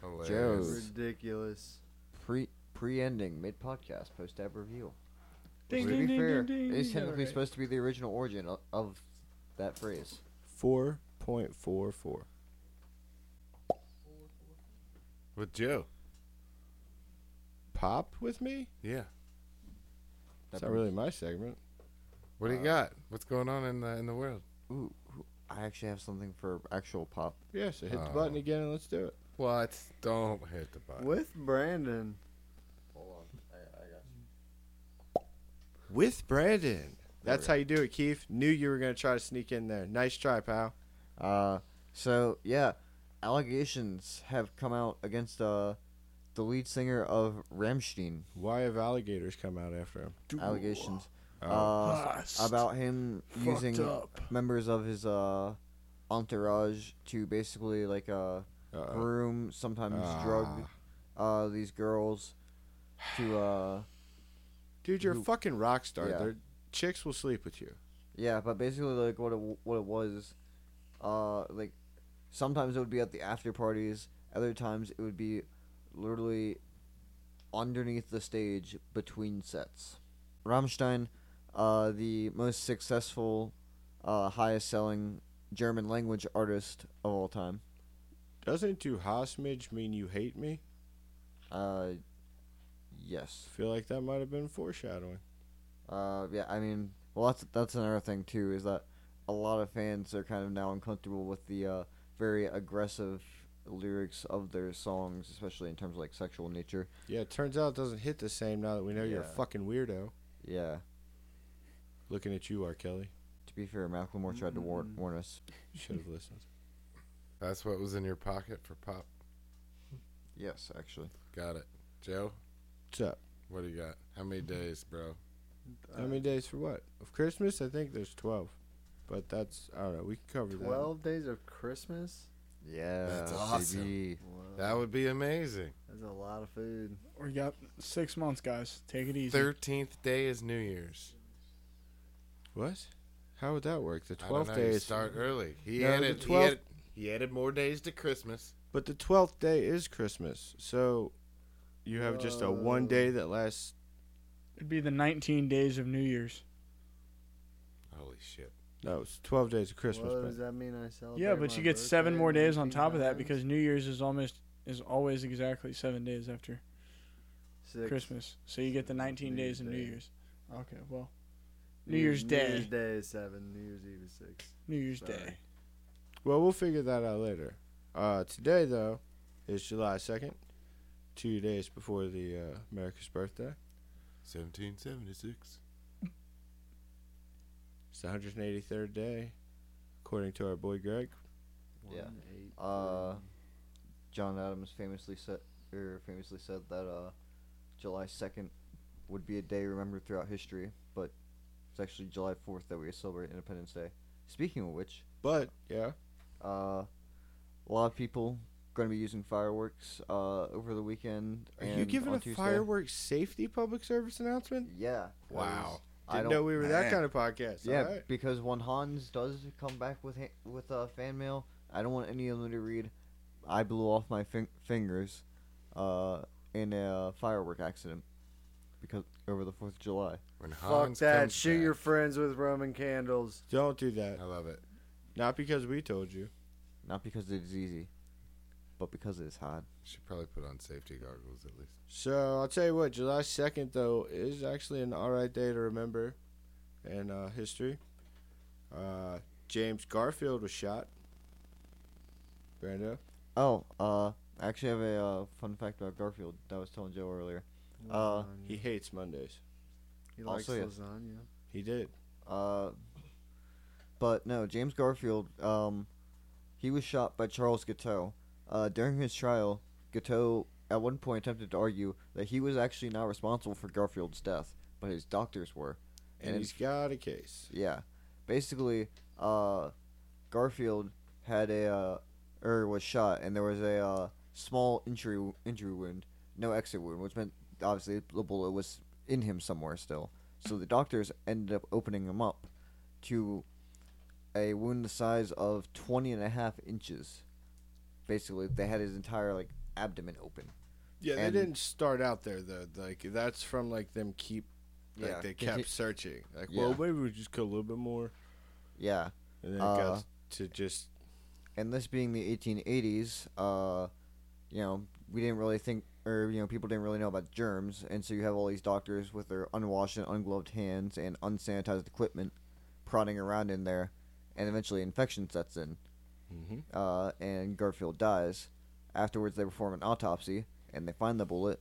S4: Hilarious.
S2: Joe's.
S3: Ridiculous.
S2: Pre pre ending mid podcast post tab review.
S1: Ding,
S2: to
S1: ding,
S2: be
S1: ding,
S2: fair,
S1: ding, ding.
S2: it is technically
S1: Alright.
S2: supposed to be the original origin of, of that phrase.
S5: Four point four four.
S4: with Joe.
S5: Pop with me?
S4: Yeah.
S5: That's not really my segment.
S4: What
S3: Uh,
S4: do you got? What's going on in the in the world?
S2: Ooh, ooh, I actually have something for actual pop.
S5: Yeah, so hit the button
S4: Oh.
S5: again and let's do it.
S4: What? Don't hit the button.
S3: With Brandon.
S2: Hold on, I, I got you.
S5: With Brandon. That's
S2: we
S5: how you do it, Keith. Knew you were gonna try to sneak in there. Nice try, pal.
S2: Uh, so yeah, allegations have come out against uh, the lead singer of Ramstein.
S5: Why have alligators come out after him?
S2: Allegations
S5: Oh.
S2: uh, about him using
S1: up.
S2: members of his uh, entourage to basically like uh,
S5: Uh-oh. Ah.
S2: groom, sometimes drug uh, these girls to uh,
S5: Dude, you're a
S2: Who-
S5: fucking rock star.
S2: Yeah.
S5: They're- Chicks will sleep with you.
S2: Yeah, but basically, like what it w- what it was, uh, like sometimes it would be at the after parties. Other times it would be literally underneath the stage between sets. Rammstein, uh, the most successful, uh, highest selling German language artist of all time.
S5: Doesn't to hostage mean you hate me?
S2: Uh, yes.
S5: feel like that might have been foreshadowing.
S2: Uh, yeah, I mean, well, that's that's another thing too is that a lot of fans are kind of now uncomfortable with the uh, very aggressive lyrics of their songs, especially in terms of like sexual nature.
S5: Yeah, it turns out it doesn't hit the same now that we know you're a
S2: Yeah.
S5: fucking weirdo.
S2: Yeah.
S5: Looking at you, R. Kelly.
S2: To be fair, Macklemore tried to
S4: Mm-hmm.
S2: warn, warn us.
S5: You should have listened.
S4: That's what was in your pocket for pop.
S2: Yes, actually.
S4: Got it. Joe,
S5: What's up?
S4: what do you got? How many days, bro?
S5: How many days for what? Of Christmas, I think there's 12. But that's, I don't know, we can cover
S3: Twelve days of Christmas.
S2: Yeah.
S4: That's awesome.
S2: baby.
S3: Wow,
S4: That would be amazing.
S3: that's a lot of food.
S1: We got six months, guys. Take it easy.
S4: Thirteenth day is New Year's.
S5: that. What? How would that work? The
S4: I don't
S5: 12th
S4: know,
S5: day
S4: you
S5: is.
S4: start early. He
S5: No,
S4: had
S5: the
S4: it. He
S5: 12th
S4: had, he He added more days to Christmas.
S5: But the twelfth day is Christmas, so you have just a one day that lasts.
S1: It'd be the 19 days of New Year's.
S4: Holy shit.
S5: No, it's twelve days of Christmas.
S3: What
S5: but
S3: does that mean? I celebrate.
S1: Yeah, but
S3: my
S1: you get seven
S3: birthday
S1: more days on
S3: 19
S1: top of that
S3: times?
S1: because New Year's is almost is always exactly seven days after
S3: Six.
S1: Christmas. So you get the 19
S3: New
S1: days of
S3: Year's
S1: New
S3: Day.
S1: Year's. Okay, well, New Year's Day.
S3: New Year's Day is seven. New Year's Eve is six.
S1: New Year's
S3: Sorry.
S1: Day.
S5: well, we'll figure that out later. Uh, today though, is July second, two days before the uh, America's birthday.
S4: 1776.
S5: It's the 183rd day, according to our boy Greg.
S2: Yeah.
S3: One, eight,
S2: Uh, John Adams famously said, er, famously said that uh, July second would be a day remembered throughout history, but it's actually July fourth that we celebrate Independence Day. Speaking of which,
S5: But yeah,
S2: uh, a lot of people going to be using fireworks uh, over the weekend.
S5: are
S2: and
S5: you giving
S2: on
S5: a
S2: Tuesday.
S5: fireworks safety public service announcement?
S2: Yeah. 'cause
S4: Wow.
S2: I
S5: Didn't
S2: don't-
S5: know we were that
S8: Man.
S5: kind of podcast.
S2: Yeah,
S5: All right.
S2: because when Hans does come back with ha- with uh, fan mail, I don't want any of them to read. I blew off my fin- fingers uh, in a firework accident because over the Fourth of July.
S4: When
S3: Fuck
S4: Hans
S3: that.
S4: comes
S3: Shoot
S4: back-
S3: your friends with Roman candles.
S5: Don't do that.
S4: I love it.
S5: Not because we told you.
S2: Not because it is easy, but because it is hot.
S4: Should probably put on safety goggles at least.
S5: So I'll tell you what, July 2nd, though, is actually an alright day to remember in uh, history. Uh, James Garfield was shot. Brando?
S2: Oh, uh, I actually have a uh, fun fact about Garfield that I was telling Joe earlier. Uh,
S3: Lasagna.
S5: He hates Mondays.
S3: he likes
S2: also, yeah.
S3: lasagna.
S5: He did.
S2: Uh, but no, James Garfield. Um, he was shot by Charles Gateau. Uh, during his trial, Gateau at one point attempted to argue that he was actually not responsible for Garfield's death, but his doctors were.
S5: And,
S2: And-
S5: he's got a case.
S2: Yeah, basically, uh, Garfield had a uh, or was shot, and there was a uh, small injury injury wound, no exit wound, which meant obviously the bullet was in him somewhere still. So the doctors ended up opening him up to a wound the size of 20 and a half inches. Basically, they had his entire like abdomen open.
S5: Yeah, they
S2: And-
S5: didn't start out there, though. Like, that's from, like, them keep. Like,
S2: Yeah.
S5: they
S2: Conti-
S5: kept searching. Like,
S2: Yeah.
S5: well, maybe we just cut a little bit more.
S2: Yeah,
S5: And then it
S2: Uh,
S5: got to just.
S2: and this being the 1880s, uh, you know, we didn't really think, or you know, people didn't really know about germs, and so you have all these doctors with their unwashed and ungloved hands and unsanitized equipment prodding around in there, and eventually infection sets in,
S5: Mhm.
S2: uh, and Garfield dies. Afterwards, they perform an autopsy, and they find the bullet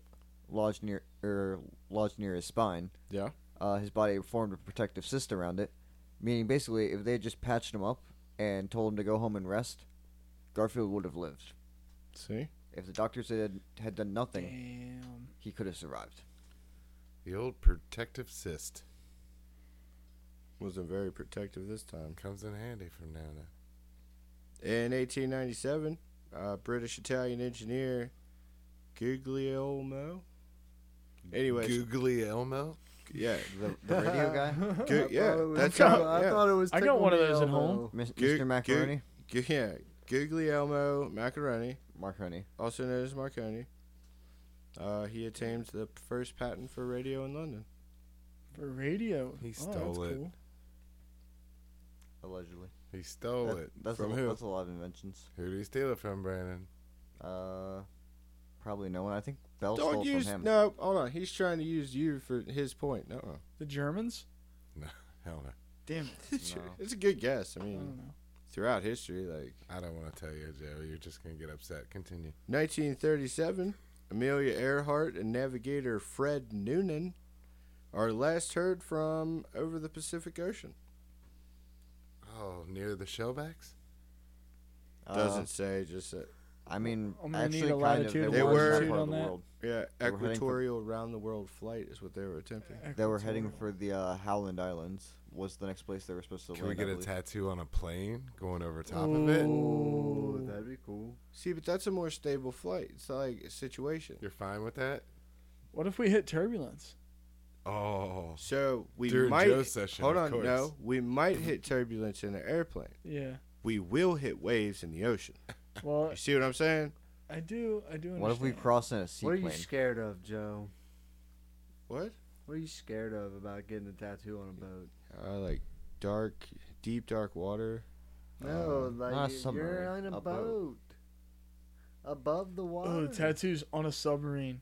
S2: lodged near, er, lodged near his spine.
S5: Yeah.
S2: Uh, his body formed a protective cyst around it, meaning basically if they had just patched him up and told him to go home and rest, Garfield would have lived.
S5: See?
S2: If the doctors had had done nothing,
S1: Damn.
S2: he could have survived.
S4: The old protective cyst
S5: Wasn't very protective this time.
S4: comes in handy from now on.
S5: In 1897, uh, British Italian engineer Guglielmo. Anyways,
S4: Googly Elmo.
S5: yeah, the, the
S2: The
S5: radio-
S2: radio guy,
S5: Gu-
S3: I
S5: yeah,
S3: thought it was
S5: that's
S3: tickle-
S5: how-
S3: I
S5: yeah.
S3: thought it was.
S1: I got
S3: tickle
S1: one of
S3: me
S1: those at
S3: elbow.
S1: home.
S2: Mis-
S5: Gu- Gu-
S2: Mr. Macaroni,
S5: Gu- yeah, Guglielmo Macaroni,
S2: Macaroni.
S5: also known as Marconi. Uh, he attained the first patent for radio in London.
S1: For radio. oh,
S4: He
S1: that's
S4: stole it.
S1: Cool.
S2: allegedly.
S4: He stole
S2: That-
S4: it.
S2: that's
S4: from
S2: a,
S4: who?
S2: That's a lot of inventions.
S4: Who did he steal it from, Brandon?
S2: Uh, probably no one. I think Bell
S5: Don't
S2: stole
S5: use
S2: from him.
S5: no. Hold on, he's trying to use you for his point. No,
S1: The Germans?
S4: Hell no.
S5: damn it.
S2: No.
S5: it's a good guess. I
S1: I
S5: mean,
S1: don't know.
S5: throughout history, like
S4: I don't want to tell you, Joe. You're just gonna get upset. Continue.
S5: 1937, Amelia Earhart and navigator Fred Noonan are last heard from over the Pacific Ocean.
S4: Oh, near the shellbacks.
S2: Uh,
S5: Doesn't say, just that.
S2: I mean,
S1: I'm gonna need a
S2: actually, kind of.
S1: latitude and
S2: They were
S5: longitude
S2: part of
S1: on
S2: the
S1: that.
S2: world.
S5: Yeah,
S2: They were heading for-
S5: equatorial round the world flight is what they were attempting.
S2: They were heading
S1: Equatorial.
S2: for the uh, Howland Islands. Was the next place they were supposed to
S4: Can we
S2: land. I
S4: get a
S2: believe.
S4: tattoo on a plane going over top
S2: Mm.
S4: of it?
S3: Ooh, that'd be cool.
S5: See, but that's a more stable flight. It's like a situation.
S4: You're fine with that?
S1: What if we hit turbulence?
S4: Oh,
S5: So we
S4: During
S5: might
S4: Joe's session,
S5: hold
S4: of
S5: on.
S4: course.
S5: No, we might hit turbulence in an airplane.
S1: Yeah.
S5: we will hit waves in the ocean.
S1: Well,
S5: You see what I'm saying?
S1: I do. I do. Understand.
S2: What if we cross in a
S3: What are
S2: seaplane?
S3: you scared of, Joe?
S5: What?
S3: What are you scared of about getting a tattoo on a boat?
S5: Uh, like dark, deep dark water.
S3: No, like
S2: not a
S3: you-
S2: submarine,
S3: you're on a,
S2: a
S3: boat.
S2: boat.
S3: above the water.
S1: Oh, tattoos on a submarine.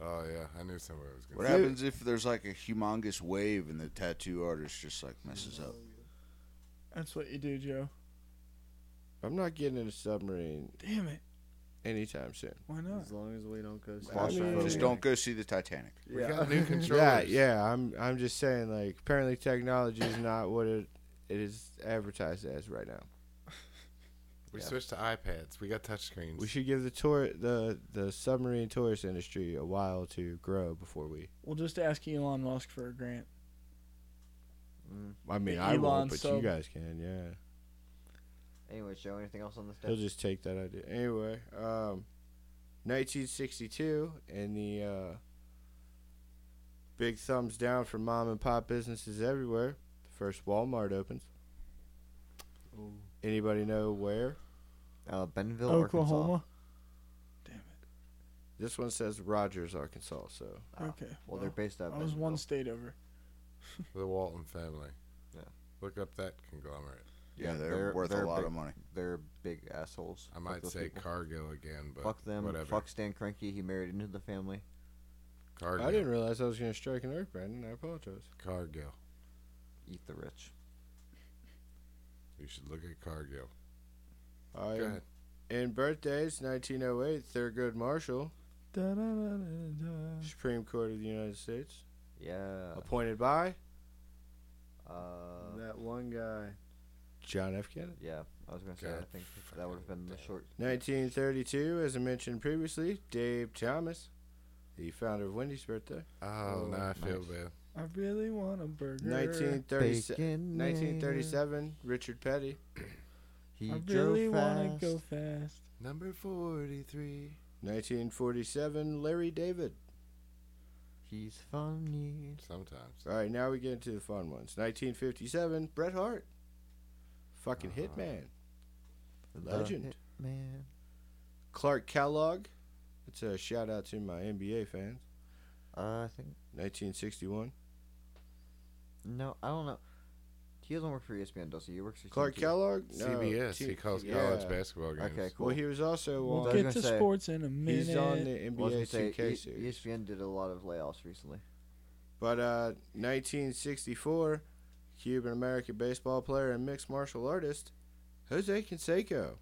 S4: Oh yeah, I knew somewhere I was
S8: What
S4: going. to
S8: happens if there's like a humongous wave and the tattoo artist just like messes up?
S1: That's what you do, Joe.
S5: I'm not getting in a submarine
S1: Damn it.
S5: anytime soon.
S1: Why not?
S3: as long as we don't go.
S1: Claustrophobia.
S8: Just don't go see the Titanic.
S4: We got new controllers.
S5: Yeah, yeah. I'm I'm just saying like apparently technology is not what it it is advertised as right now.
S4: We
S5: Yeah.
S4: switched to iPads. We got touchscreens.
S5: We should give the tour the the submarine tourist industry a while to grow before we.
S1: We'll just ask Elon Musk for a grant.
S5: I mean,
S1: The
S5: I
S1: Elon
S5: won't, but you
S1: sub.
S5: guys can. Yeah,
S2: Anyway, Joe, anything else on this?
S5: he'll
S2: Tattoo?
S5: just take that idea anyway. Um, 1962 and the uh, big thumbs down for mom and pop businesses everywhere. The first Walmart opens. Anybody know where?
S2: Uh, Bentonville, Arkansas.
S1: Oklahoma.
S5: This one says Rogers, Arkansas. So
S2: Ah,
S1: okay.
S2: Well, they're based out. of
S1: I was one
S2: Bentonville.
S1: state over.
S4: the Walton family.
S2: Yeah.
S4: Look up that conglomerate.
S8: Yeah, they're, worth
S2: they're
S8: a lot
S2: big-
S8: of money.
S2: They're big assholes.
S4: I
S2: Fuck
S4: might
S2: those
S4: say
S2: people.
S4: cargo again, but
S2: Fuck them.
S4: Whatever.
S2: Fuck Stan Cranky. He married into the family.
S4: cargo.
S5: I didn't realize I was gonna strike an earth, Brandon. I apologize.
S4: Cargo.
S2: Eat the rich.
S4: You should look at cargo.
S5: I
S4: Go ahead.
S5: In birthdays, 1908, Thurgood Marshall,
S1: Da-da-da-da-da.
S5: Supreme Court of the United States,
S2: Yeah.
S5: appointed by
S2: Uh,
S3: That one guy.
S5: John F. Kennedy.
S2: yeah. I was gonna say. I
S4: God
S2: think that would have been the short.
S5: 1932, as I mentioned previously, Dave Thomas, the founder of Wendy's birthday.
S4: Oh, now I feel
S2: nice.
S4: bad.
S1: I really want a burger.
S5: 1937,
S2: Bacon,
S5: 1937, Richard Petty.
S2: He
S1: I
S2: drove
S1: really
S2: fast.
S1: want to go fast.
S4: Number forty-three.
S5: 1947, Larry David.
S2: He's funny.
S4: Sometimes.
S5: All right, now we get into the fun ones. 1957, Bret Hart, fucking
S4: Uh-huh.
S5: hitman. Legend.
S2: man.
S5: Clark Kellogg. It's a shout out to my NBA fans.
S2: Uh, I think
S5: 1961.
S2: no. I don't know. He doesn't work for E ESPN, does he? He works for
S5: Clark
S2: CBS.
S5: Kellogg. No,
S4: CBS.
S5: T-
S4: he calls
S5: yeah.
S4: college basketball games.
S2: Okay,
S5: Well,
S2: cool.
S5: he was also
S1: We'll
S5: on.
S2: I was
S1: get
S2: gonna
S1: to
S2: say,
S1: sports in a minute.
S5: He's on the
S2: I was gonna
S5: NBA
S2: say,
S5: 2K
S2: E-
S5: series.
S2: ESPN did a lot of layoffs recently.
S5: But uh, 1964, Cuban American baseball player and mixed martial artist Jose Canseco.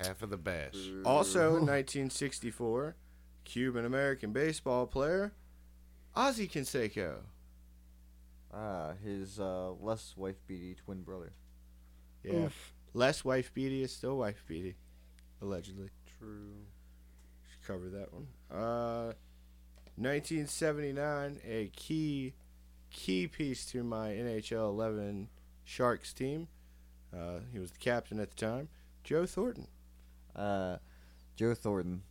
S4: Half of the bash.
S5: Also, 1964, Cuban American baseball player Ozzy Canseco.
S2: Ah, his uh, less wife beaty twin brother.
S5: Yeah. Less wife beaty is still wife beaty, allegedly.
S3: True.
S5: Should cover that one. Uh, 1979, a key key piece to my NHL 11 Sharks team. Uh, he was the captain at the time, Joe Thornton.
S2: Uh, Joe Thornton,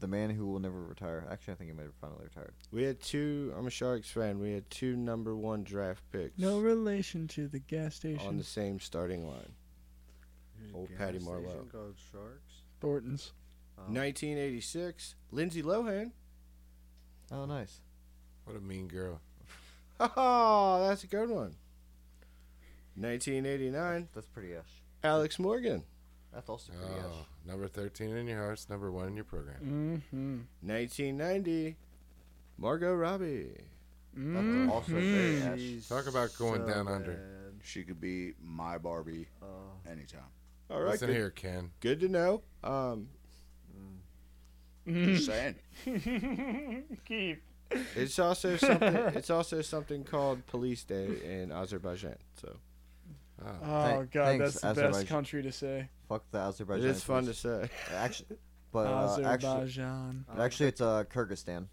S2: the man who will never retire. Actually, I think he might have finally retired.
S5: We had two. I'm a Sharks fan. We had two number one draft picks
S1: No relation to the gas
S5: on
S1: station.
S5: the same starting line. Old Patty Marlowe.
S3: Called Sharks.
S1: Thornton's.
S3: Oh.
S5: 1986, Lindsay Lohan.
S2: Oh, nice.
S4: What a mean girl.
S5: Oh, that's a good one. 1989,
S2: That's pretty ash.
S5: Alex Morgan.
S2: That's also pretty
S4: Oh,
S2: ash.
S4: number thirteen in your hearts. Number one in your program.
S1: Mm-hmm.
S5: 1990, Margot Robbie.
S2: That's
S1: mm
S2: also very ash.
S3: She's
S4: Talk about going
S3: so
S4: down under.
S3: bad.
S8: She could be my Barbie
S3: Oh,
S8: anytime.
S5: All right,
S4: Listen
S5: good,
S4: here, Ken.
S5: good to know. Um,
S8: Just saying.
S1: Keep.
S5: it's also something. it's also something called Police Day in Azerbaijan. So
S4: Oh,
S1: Oh
S2: Thank-
S1: god,
S2: thanks,
S1: that's the best
S2: Azerbaijan.
S1: country to say.
S2: Fuck the
S5: it
S2: Azerbaijan.
S5: is fun to
S2: police.
S5: say.
S2: Actually, but uh, actually,
S1: Azerbaijan,
S2: but actually, it's uh, Kyrgyzstan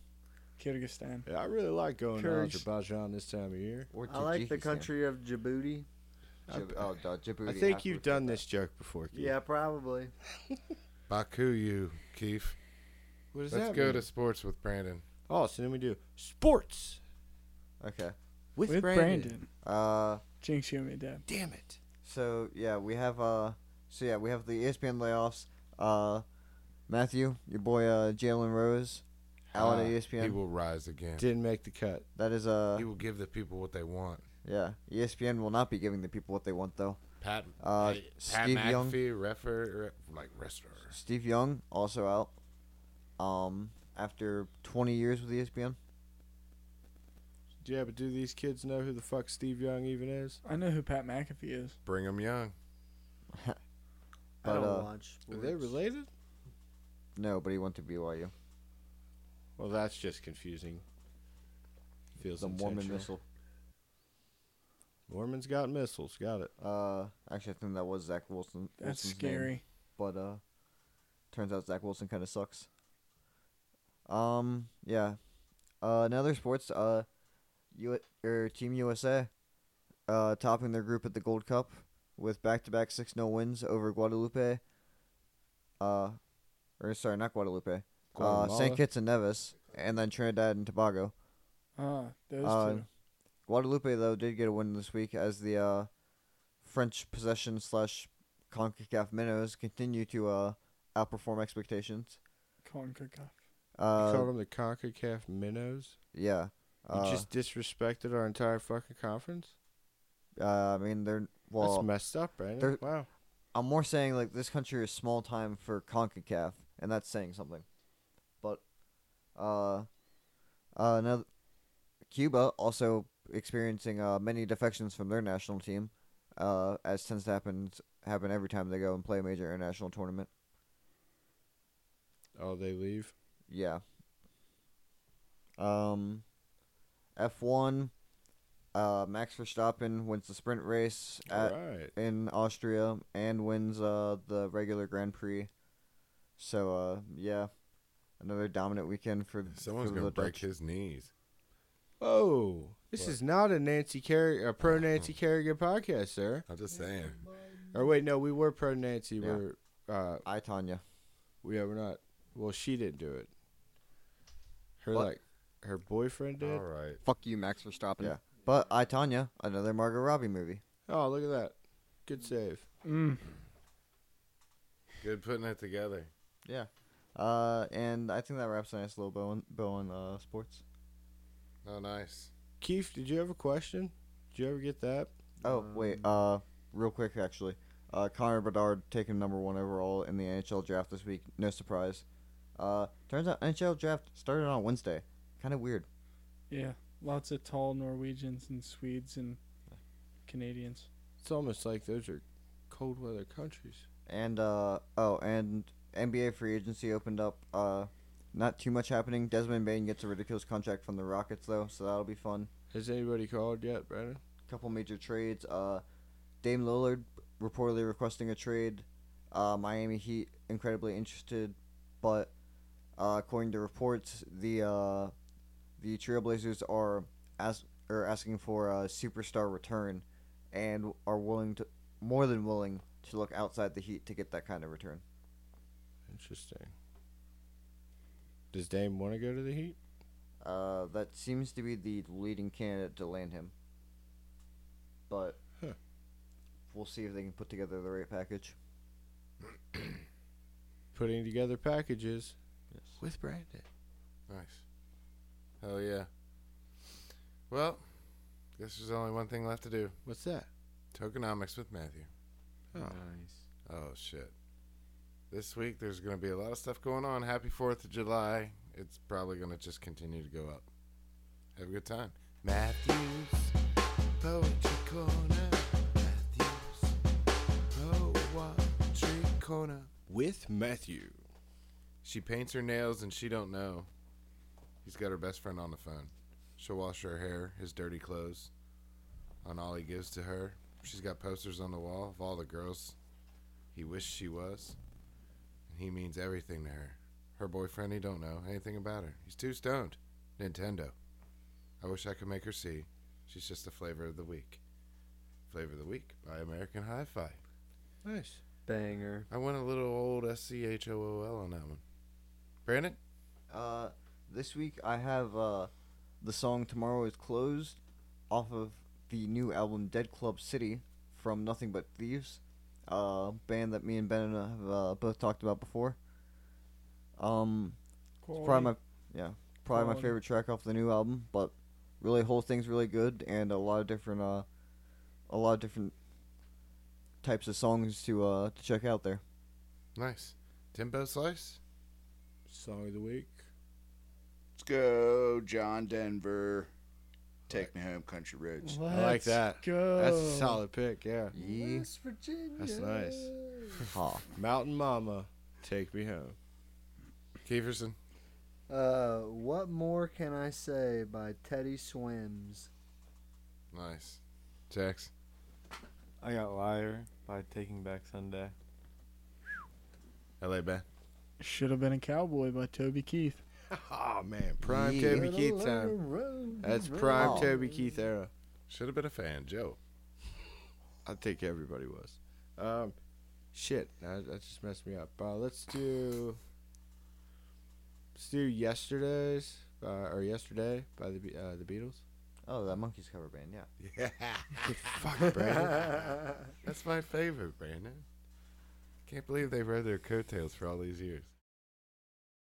S1: Kyrgyzstan.
S5: Yeah, I really like going
S1: Courage.
S5: to Azerbaijan this time of year.
S2: or
S3: I like the
S2: Tajikistan.
S3: country of Djibouti.
S2: Djib- oh, duh, Djibouti.
S5: I
S2: I
S5: think you've
S2: forgot
S5: done
S2: that.
S5: this joke before. Keith.
S3: Yeah, probably.
S4: Baku, you, Keith.
S5: What does
S4: Let's
S5: that
S4: go
S5: mean?
S4: to sports with Brandon.
S5: Oh, so then we do sports
S2: Okay.
S5: with,
S1: With Brandon.
S5: Brandon.
S2: Uh,
S1: Jinx, you and me, Dad.
S5: Damn it.
S2: So yeah, we have uh, so yeah, we have the E ESPN layoffs. Uh, Matthew, your boy uh, Jalen Rose, E out at
S4: Ah, He
S2: ESPN.
S4: will rise again.
S5: Didn't make the cut.
S2: That is uh,
S4: He will give the people what they want.
S2: yeah, E ESPN will not be giving the people what they want though.
S4: Pat,
S2: Uh,
S4: hey, Pat
S2: Steve
S4: McAfee,
S2: Young.
S4: refer, re- like wrestler.
S2: Steve Young also out. Um, after 20 years with E ESPN.
S5: Yeah, but do these kids know who the fuck Steve Young even is?
S1: I know who Pat McAfee is.
S4: Bring him young.
S2: But,
S3: I don't
S2: uh,
S3: watch.
S5: Are they
S3: sports.
S5: related?
S2: No, but he went to BYU.
S5: Well, that's just confusing. Feels
S2: The Mormon
S5: intentional.
S2: missile.
S5: Mormons got missiles. Got it.
S2: Uh, actually, I think that was Zach Wilson.
S1: That's
S2: Wilson's name.
S1: scary.
S2: but uh, turns out Zach Wilson kind of sucks. Um, yeah. Uh, in other sports, uh, U- er, Team USA, uh, topping their group at the Gold Cup with back-to-back 6-0 wins over Guadalupe. Uh, or sorry, not Guadalupe. Uh, Saint
S5: Guatemala.
S2: Kitts and Nevis, and then Trinidad and Tobago.
S1: Ah, those
S2: Uh,
S1: two.
S2: Guadalupe though did get a win this week as the uh, French possession slash Concacaf minnows continue to uh, outperform expectations.
S1: Concacaf.
S5: You called
S2: Uh,
S5: them the CONCACAF minnows.
S2: yeah,
S5: You
S2: uh,
S5: just disrespected our entire fucking conference.
S2: uh, I mean they're
S5: that's
S2: well.
S5: messed up, Brandon.
S2: they're-
S5: Wow.
S2: I'm more saying like this country is small time for Concacaf, and that's saying something. But uh, uh, another Cuba also experiencing uh, many defections from their national team, uh, as tends to happen happen every time they go and play a major international tournament.
S5: Oh, they leave.
S2: Yeah. Um, F one. Uh, Max Verstappen wins the sprint race
S5: All
S2: at,
S5: right.
S2: in Austria and wins uh the regular Grand Prix. So uh yeah, another dominant weekend for
S4: Someone's
S2: for
S4: gonna
S2: the
S4: break
S2: Dutch.
S4: his knees.
S5: Oh, this
S4: What?
S5: is not a Nancy Kerrig, a
S2: Uh-huh.
S5: pro Nancy Kerrigan podcast, sir.
S4: I'm just saying.
S5: Or wait, no, we were pro Nancy.
S2: Yeah.
S5: We're uh,
S2: I Tanya.
S5: we yeah, we're not. Well, she didn't do it. Her
S2: What?
S5: like, her boyfriend did.
S4: All right.
S10: Fuck you, Max Verstappen.
S2: Yeah, but I Tanya, another Margot Robbie movie.
S5: Oh, look at that. Good save.
S1: Mm.
S4: Good putting it together.
S2: Yeah. Uh, and I think that wraps a nice little bow on, bow on uh, sports.
S4: Oh, nice.
S5: Keith, did you have a question? Did you ever get that?
S2: Oh wait, uh, real quick actually, uh, Connor Bedard taken number one overall in the NHL draft this week. No surprise. Uh, turns out NHL draft started on Wednesday. Kind of weird.
S1: Yeah, lots of tall Norwegians and Swedes and Canadians.
S5: It's almost like those are cold weather countries.
S2: And uh, oh, and NBA free agency opened up. Uh, not too much happening. Desmond Bain gets a ridiculous contract from the Rockets though, so that'll be fun.
S5: Has anybody called yet, Brandon?
S2: Couple major trades. Uh, Dame Lillard reportedly requesting a trade. Uh, Miami Heat incredibly interested, but uh, according to reports, the uh, the Trailblazers are as are asking for a superstar return, and are willing to more than willing to look outside the Heat to get that kind of return.
S5: Interesting. Does Dame want to go to the Heat?
S2: Uh, that seems to be the leading candidate to land him, but
S5: Huh.
S2: we'll see if they can put together the right package.
S5: Putting together packages
S2: Yes.
S5: with Brandon.
S4: Nice. Hell yeah. Well, guess there's only one thing left to do.
S5: What's that?
S4: Tokenomics with Matthew.
S5: Oh.
S4: Oh shit. This week there's going to be a lot of stuff going on. Happy 4th of July. It's probably going to just continue to go up. Have a good time. Matthews Poetry Corner. Matthews Poetry Corner.
S5: With Matthew.
S4: She paints her nails and she don't know. He's got her best friend on the phone. She'll wash her hair, his dirty clothes, on all he gives to her. She's got posters on the wall of all the girls he wished she was. And he means everything to her. Her boyfriend, he don't know anything about her. He's too stoned. Nintendo. I wish I could make her see. She's just the flavor of the week. Flavor of the week by American Hi-Fi.
S5: Nice.
S9: Banger.
S4: I went a little old S-C-H-O-O-L on that one. Brandon?
S2: Uh, this week I have uh, the song "Tomorrow Is Closed" off of the new album Dead Club City from Nothing But Thieves, uh, band that me and Ben have uh, both talked about before. Um, it's probably my yeah, probably my
S1: Quality.
S2: favorite track off the new album, but really whole thing's really good and a lot of different uh, a lot of different types of songs to uh to check out there.
S4: Nice. Timbo Slice?
S5: Song of the week.
S8: Let's go, John Denver. Take me home, country roads.
S1: Let's
S5: I like that.
S1: Go.
S5: That's a solid pick. Oh. Yeah.
S2: Yee
S1: Virginia.
S5: That's nice.
S2: haw.
S5: Mountain Mama, take me home.
S4: Keeferson?
S3: Uh, what more can I say by Teddy Swims?
S4: Nice. Jax?
S9: I got liar by Taking Back Sunday.
S4: LA Ben?
S1: Should have been a cowboy by Toby Keith.
S5: Oh man, prime
S2: Yeah.
S5: Toby Keith time. That's prime
S2: Oh.
S5: Toby Keith era.
S4: Should have been a fan, Joe.
S5: I think everybody was. Um, shit, that, that just messed me up. Uh, let's do. Let's do yesterday's uh, or yesterday by the Be- uh, the Beatles.
S2: Oh, that monkey's cover band, yeah.
S4: Yeah.
S5: Fuck, Brandon.
S4: That's my favorite, Brandon. Can't believe they rode their coattails for all these years.